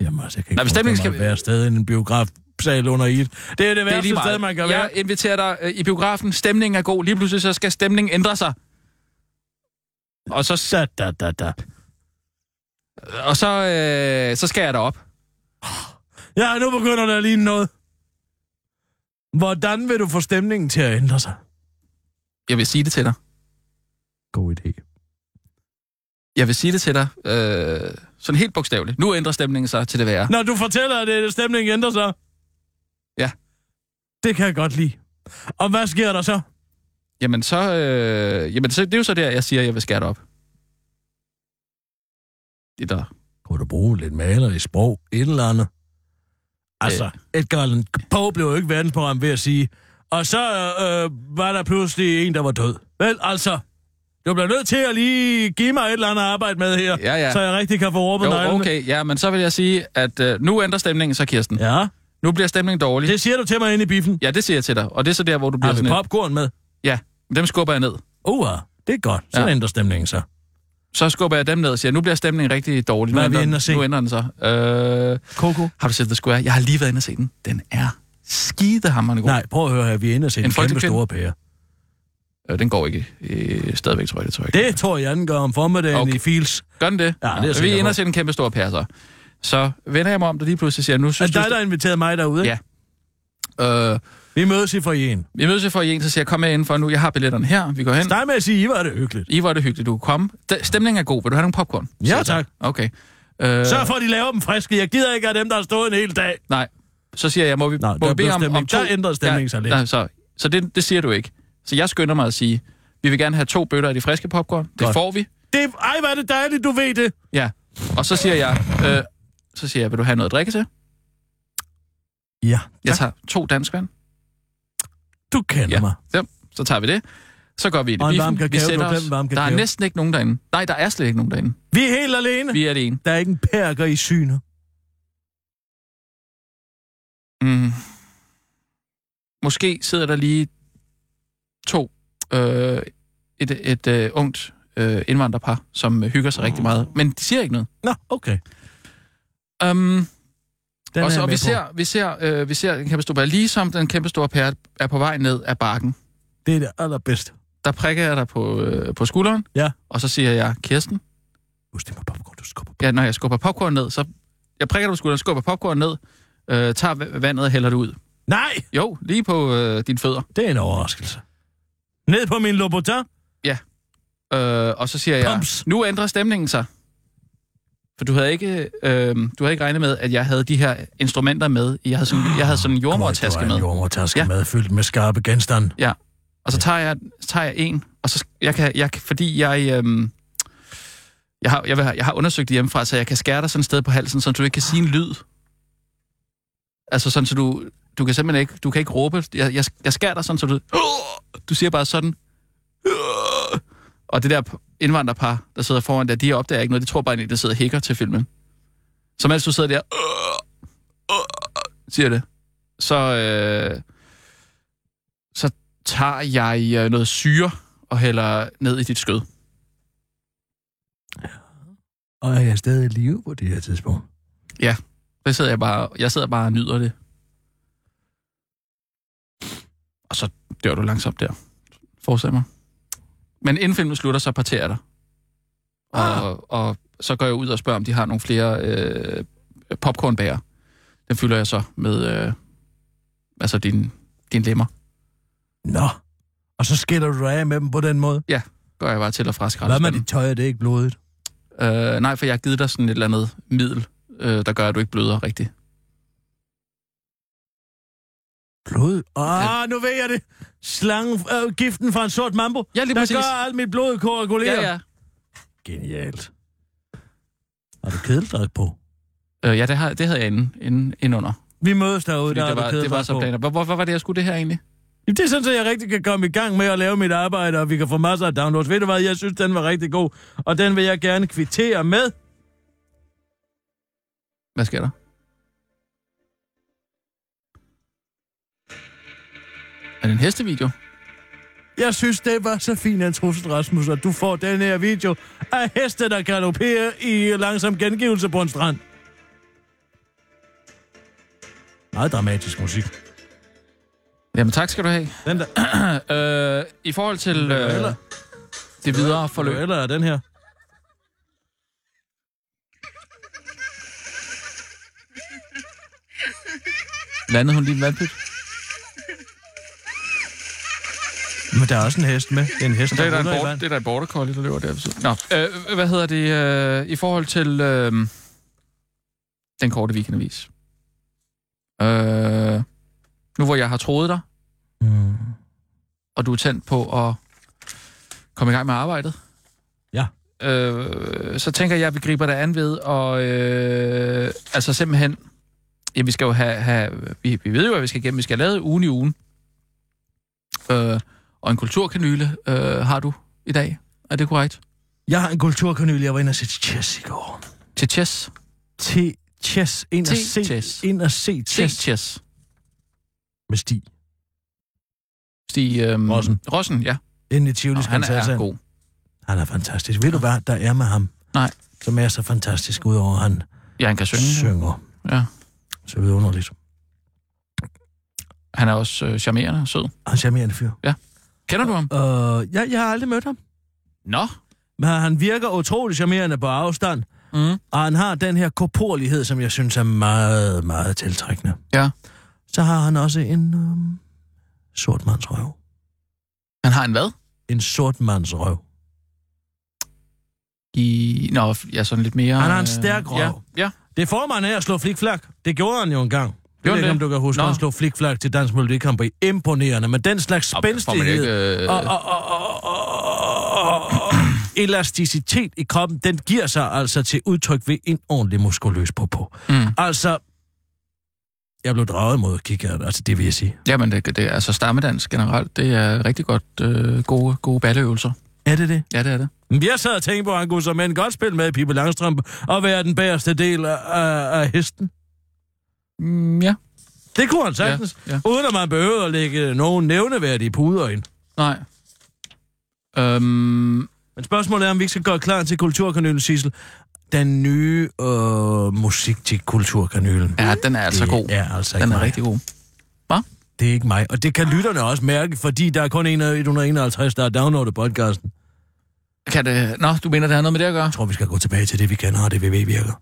Speaker 4: Jamen, altså, jeg kan ikke
Speaker 2: Nej,
Speaker 4: Nej,
Speaker 2: men stemningen
Speaker 4: skal...
Speaker 2: skal-
Speaker 4: være sted i en biografsal under Eid. Det er det
Speaker 2: Det er
Speaker 4: værste det er sted, man kan være.
Speaker 2: Jeg inviterer dig øh, i biografen. Stemningen er god. Lige pludselig så skal stemningen ændre sig. Og så,
Speaker 4: Da, da, da, da.
Speaker 2: og så, øh, så skal jeg derop.
Speaker 4: Ja, nu begynder der lige noget. Hvordan vil du få stemningen til at ændre sig?
Speaker 2: Jeg vil sige det til dig.
Speaker 4: God idé.
Speaker 2: Jeg vil sige det til dig. Øh, sådan helt bogstaveligt. Nu ændrer stemningen sig til det værre.
Speaker 4: Når du fortæller, at øh, stemningen ændrer sig?
Speaker 2: Ja.
Speaker 4: Det kan jeg godt lide. Og hvad sker der så?
Speaker 2: Jamen så, øh, jamen så, det er jo så der, jeg siger, at jeg vil skære op. Det der.
Speaker 4: Kunne du bruge lidt maler i sprog? Et eller andet? Altså, Edgar Allan Poe blev jo ikke verdensberømt ved at sige. Og så øh, var der pludselig en, der var død. Vel, altså, du bliver nødt til at lige give mig et eller andet arbejde med her,
Speaker 2: Ja, ja.
Speaker 4: så jeg rigtig kan få råbet
Speaker 2: Jo,
Speaker 4: neglene.
Speaker 2: okay, ja, men så vil jeg sige, at øh, nu ændrer stemningen så, Kirsten. Ja.
Speaker 4: Ja,
Speaker 2: Nu bliver stemningen dårlig. Det...
Speaker 4: det siger du til mig inde i biffen.
Speaker 2: Ja, det siger jeg til dig, og det er så der, hvor du bliver
Speaker 4: Har vi
Speaker 2: sådan lidt-
Speaker 4: popcorn med?
Speaker 2: Ja, dem skubber jeg ned.
Speaker 4: Uha, det er godt. Så
Speaker 2: Ja.
Speaker 4: ja. ændrer stemningen så.
Speaker 2: Så skubber jeg dem ned og siger, nu bliver stemningen rigtig dårlig. Nu
Speaker 4: Hvad er vi
Speaker 2: ændrer den-
Speaker 4: inde at se?
Speaker 2: Nu ændrer den sig. Øh,
Speaker 4: Coco?
Speaker 2: har du set The Square? Jeg har lige været inde og se den. Den er skidehammerende god.
Speaker 4: Nej, prøv at høre her. Vi er inde og se en, en
Speaker 2: folkekvinde?
Speaker 4: kæmpe store pære.
Speaker 2: Øh, den går ikke øh, stadigvæk, tror jeg. Det tror jeg ikke.
Speaker 4: Det tror jeg, den gør om formiddagen
Speaker 2: Okay.
Speaker 4: okay. i Fils.
Speaker 2: Gør den det?
Speaker 4: Ja, det er jeg
Speaker 2: Vi
Speaker 4: sikker
Speaker 2: er inde
Speaker 4: på.
Speaker 2: og se en kæmpe stor passer. Så vender jeg mig om, der lige pludselig siger, nu
Speaker 4: Er
Speaker 2: synes
Speaker 4: det dig, der inviterede mig derude?
Speaker 2: Ja. du... Øh,
Speaker 4: Vi mødes i forjen.
Speaker 2: vi mødes for i en, så siger jeg, kom med indenfor nu, jeg har billetterne her, vi går hen.
Speaker 4: Start med at sige, I var det hyggeligt.
Speaker 2: I var det hyggeligt, du kunne komme. D- stemningen er god, vil du have nogle popcorn?
Speaker 4: Ja,
Speaker 2: Siger jeg så.
Speaker 4: tak.
Speaker 2: Okay. Øh,
Speaker 4: Sørg for, at de laver dem friske. Jeg gider ikke af dem, der har stået en hel dag.
Speaker 2: Nej, så siger jeg, må vi,
Speaker 4: Nå,
Speaker 2: må
Speaker 4: der
Speaker 2: vi
Speaker 4: blev
Speaker 2: bede om, om
Speaker 4: stemning.
Speaker 2: to...
Speaker 4: Der ændrede stemningen sig lidt.
Speaker 2: Nej, så så det, det siger du ikke. Så jeg skynder mig at sige, vi vil gerne have to bøtter af de friske popcorn. Det
Speaker 4: Godt.
Speaker 2: får vi.
Speaker 4: Det, ej, hvor er det dejligt, du ved det.
Speaker 2: Ja. Og så siger jeg, øh, så siger jeg, vil du have noget at drikke til?
Speaker 4: Ja,
Speaker 2: Jeg tager to danskvand.
Speaker 4: du kender
Speaker 2: Ja.
Speaker 4: ja. mig.
Speaker 2: Ja, så tager vi det. Så går vi ind i
Speaker 4: Og en
Speaker 2: biffen.
Speaker 4: varm
Speaker 2: vi
Speaker 4: kakao. Du
Speaker 2: sætter
Speaker 4: har
Speaker 2: os.
Speaker 4: glemt en varm
Speaker 2: der er
Speaker 4: kakao.
Speaker 2: næsten ikke nogen derinde. Nej, der er slet ikke nogen derinde.
Speaker 4: Vi er helt alene. Vi...
Speaker 2: Vi er det ene.
Speaker 4: Der er ikke en perker i syne.
Speaker 2: Mm. Måske sidder der lige to, øh, et, et øh, ungt øh, indvandrerpar, som øh, hygger sig
Speaker 4: Mm.
Speaker 2: rigtig meget. Men de siger ikke noget.
Speaker 4: Nå, okay.
Speaker 2: Um,
Speaker 4: Den
Speaker 2: og, så,
Speaker 4: er jeg
Speaker 2: og vi,
Speaker 4: med på.
Speaker 2: ser, vi, ser, øh, vi ser den kæmpe store pære. Ligesom den kæmpe store pære er på vej ned af bakken,
Speaker 4: Det er det allerbedste.
Speaker 2: der prikker jeg dig på, øh, på skulderen.
Speaker 4: Ja.
Speaker 2: Og så siger jeg, Kirsten,
Speaker 4: Husk det med popcorn, du skubber.
Speaker 2: ja, når jeg skubber popcorn ned, så... Jeg prikker dig på skulderen, skubber popcorn ned, øh, tager va- vandet og hælder det ud.
Speaker 4: Nej,
Speaker 2: Jo, lige på øh, dine fødder.
Speaker 4: det er en overraskelse. Ned på min Lobotin.
Speaker 2: Øh, og så siger jeg,
Speaker 4: Pumps.
Speaker 2: nu ændrer stemningen sig. For du havde ikke, øh, du havde ikke regnet med, at jeg havde de her instrumenter med. Jeg havde sådan, jeg havde sådan en jordmortaske med.
Speaker 4: en jordmortaske
Speaker 2: Ja.
Speaker 4: ja. med, fyldt med skarpe genstande.
Speaker 2: Ja. Og så tager jeg, så tager jeg en, og så sk- jeg kan, jeg, kan- fordi jeg, øhm, jeg, har, jeg, vil have- jeg har undersøgt det hjemmefra, så jeg kan skære dig sådan et sted på halsen, så du ikke kan sige en lyd. Altså sådan, så du, du kan simpelthen ikke, du kan ikke råbe. Jeg, jeg, jeg skærer dig sådan, så du, du siger bare sådan. Og det der indvandrerpar, der sidder foran der, de opdager ikke noget. De tror bare, at det sidder og hækker til filmen. Så mens du sidder der, siger det, så, øh, så tager jeg øh, noget syre og hælder ned i dit skød.
Speaker 4: Og er jeg stadig i live på det her tidspunkt?
Speaker 2: Der sidder jeg bare, jeg sidder bare og nyder det. Og så dør du langsomt der. Forestil mig. Men inden filmen slutter, så parterer jeg dig. Og, ah. og så går jeg ud og spørger, om de har nogle flere øh, popcornbager. Den fylder jeg så med øh, altså din, din lemmer.
Speaker 4: Nå. Og så skiller du dig af med dem på den måde?
Speaker 2: Går jeg bare til at fraskrætte.
Speaker 4: Hvad med dit tøj? Er det ikke blodigt?
Speaker 2: Øh, nej, for jeg har givet dig sådan et eller andet middel, øh, der gør, at du ikke bløder rigtigt.
Speaker 4: Blod? Ah, nu ved jeg det. Slangen, øh, giften fra en sort mambo.
Speaker 2: Ja, lige
Speaker 4: der
Speaker 2: præcis.
Speaker 4: gør alt mit blod koagulere.
Speaker 2: Ja, ja.
Speaker 4: Genialt. Har du kædeldragt på?
Speaker 2: Øh, ja, det, har, det havde jeg inden, inden, inden under.
Speaker 4: Vi mødes derude,
Speaker 2: Fordi
Speaker 4: der
Speaker 2: det,
Speaker 4: har
Speaker 2: var,
Speaker 4: du
Speaker 2: det var
Speaker 4: kædeldragt
Speaker 2: så
Speaker 4: på.
Speaker 2: planer. Hvor, hvorfor var det, jeg skulle det her egentlig?
Speaker 4: Jamen, det er sådan, at jeg rigtig kan komme i gang med at lave mit arbejde, og vi kan få masser af downloads. Ved du hvad, jeg synes, den var rigtig god, og den vil jeg gerne kvittere med.
Speaker 2: Hvad sker der? Er det en hestevideo?
Speaker 4: Jeg synes, det var så fint, en trussel, Rasmus, at du får den her video af heste, der galopperer i langsom gengivelse på en strand. Meget dramatisk musik.
Speaker 2: Jamen tak skal du have.
Speaker 4: Den der,
Speaker 2: øh, I forhold til øh,
Speaker 4: Eller-
Speaker 2: det videre
Speaker 4: forløb.
Speaker 2: forløb.
Speaker 4: Eller er den her.
Speaker 2: Landede hun lige en vandpyt?
Speaker 4: Men der er også en hest med. Det er en hest,
Speaker 2: Det
Speaker 4: der
Speaker 2: er der, en
Speaker 4: ruller i
Speaker 2: border,
Speaker 4: vand.
Speaker 2: det er der en border collie, der løber der. ved siden. Nå, øh, hvad hedder det øh, i forhold til øh, den korte weekendavis? Øh, nu hvor jeg har troet dig,
Speaker 4: Mm.
Speaker 2: og du er tændt på at komme i gang med arbejdet.
Speaker 4: Ja.
Speaker 2: Øh, så tænker jeg, at vi griber det an ved, og øh, altså simpelthen, ja, vi skal jo have, have vi, vi ved jo, at vi skal igennem, vi skal have lavet ugen i ugen. Øh, og en kulturkanyle øh, har du i dag, er det korrekt?
Speaker 4: Jeg har en kulturkanyl, jeg var inde og se til chess i går.
Speaker 2: Til chess.
Speaker 4: Til chess. Ind og
Speaker 2: Til
Speaker 4: se,
Speaker 2: chess.
Speaker 4: Ind og se
Speaker 2: Til
Speaker 4: chess.
Speaker 2: chess.
Speaker 4: Med Stig.
Speaker 2: Stig øhm,
Speaker 4: Rossen.
Speaker 2: Rossen, ja.
Speaker 4: Inden i Tivoli
Speaker 2: Nå,
Speaker 4: skal
Speaker 2: han er god.
Speaker 4: Han er fantastisk. Ved du hvad, der er med ham?
Speaker 2: Nej.
Speaker 4: Som er så fantastisk, udover at han
Speaker 2: Ja, han kan synge.
Speaker 4: synger.
Speaker 2: Ja.
Speaker 4: Så vidunderligt.
Speaker 2: Han er også øh, charmerende og sød.
Speaker 4: Han er en charmerende fyr.
Speaker 2: Kender du ham?
Speaker 4: Uh, jeg, jeg har aldrig mødt ham.
Speaker 2: Nå.
Speaker 4: Men han virker utrolig charmerende på afstand.
Speaker 2: Mm.
Speaker 4: Og han har den her korporlighed, som jeg synes er meget, meget tiltrækkende.
Speaker 2: Ja.
Speaker 4: Så har han også en um, sort mands røv.
Speaker 2: Han har en hvad?
Speaker 4: En sort mands røv.
Speaker 2: i... Nå, ja, sådan lidt mere...
Speaker 4: Han har en
Speaker 2: øh,
Speaker 4: stærk røv.
Speaker 2: Ja, ja.
Speaker 4: Det får man af at slå flikflak. Det gjorde han jo engang. Jeg
Speaker 2: Gjorde
Speaker 4: ved
Speaker 2: han
Speaker 4: ikke, om
Speaker 2: det?
Speaker 4: du kan huske,
Speaker 2: Nå.
Speaker 4: at han slog flikflak til Dansk Melodikamp. Imponerende, men den slags
Speaker 2: Og der får man
Speaker 4: spændstighed
Speaker 2: ikke, øh,
Speaker 4: og, og, og, og, og, og elasticitet i kroppen, den giver sig altså til udtryk ved en ordentlig muskuløs på.
Speaker 2: Mm.
Speaker 4: Altså, jeg blev draget mod at kigge af det. altså det vil jeg sige.
Speaker 2: Jamen, det, det, altså stammedans generelt, det er rigtig godt øh, gode, gode balleøvelser.
Speaker 4: Er det det?
Speaker 2: Ja, det er det.
Speaker 4: Men Jeg sad og tænkte på, at han kunne som en godt spille med i Pippi Langstrømpe og være den bagerste del af, af, af hesten.
Speaker 2: Mm, ja.
Speaker 4: Det kunne han sagtens,
Speaker 2: Ja,
Speaker 4: ja,
Speaker 2: ja.
Speaker 4: ja. uden at man behøvede at lægge nogen nævneværdige puder ind.
Speaker 2: Nej. Øhm,
Speaker 4: Men spørgsmålet er, om vi ikke skal gøre klar til Kulturkanølen, Sissel. Den nye øh, musik til Kulturkanølen.
Speaker 2: ja, den er altså god.
Speaker 4: Det er altså ikke
Speaker 2: Den er
Speaker 4: mig.
Speaker 2: rigtig god.
Speaker 4: Det er ikke mig. Og det kan lytterne også mærke, fordi der er kun en af 151, der har downloadet podcasten.
Speaker 2: Kan det... Nå, du mener, det har noget med det at gøre?
Speaker 4: Jeg tror, vi skal gå tilbage til det, vi kender, og det vi ved virker.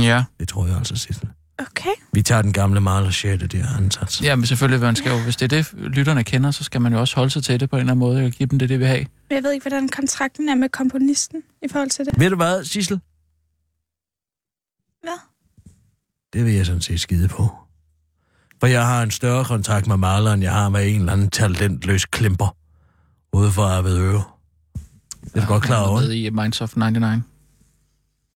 Speaker 2: Ja.
Speaker 4: Det tror jeg altså, Sissel.
Speaker 5: Okay.
Speaker 4: Vi tager den gamle Marler 6. det er ansats.
Speaker 2: Jamen selvfølgelig, man skal jo, hvis det er det, lytterne kender, så skal man jo også holde sig til det på en eller anden måde, og give dem det, det vil have.
Speaker 5: Men Jeg ved ikke, hvordan kontrakten er med komponisten i forhold til det.
Speaker 4: Ved du hvad, Sissel?
Speaker 5: Hvad?
Speaker 4: Det vil jeg sådan set skide på. For jeg har en større kontakt med maler, end jeg har med en eller anden talentløs klimper. Ude for Arvedøre. Det er du godt klar over.
Speaker 2: Med i Minds of 99.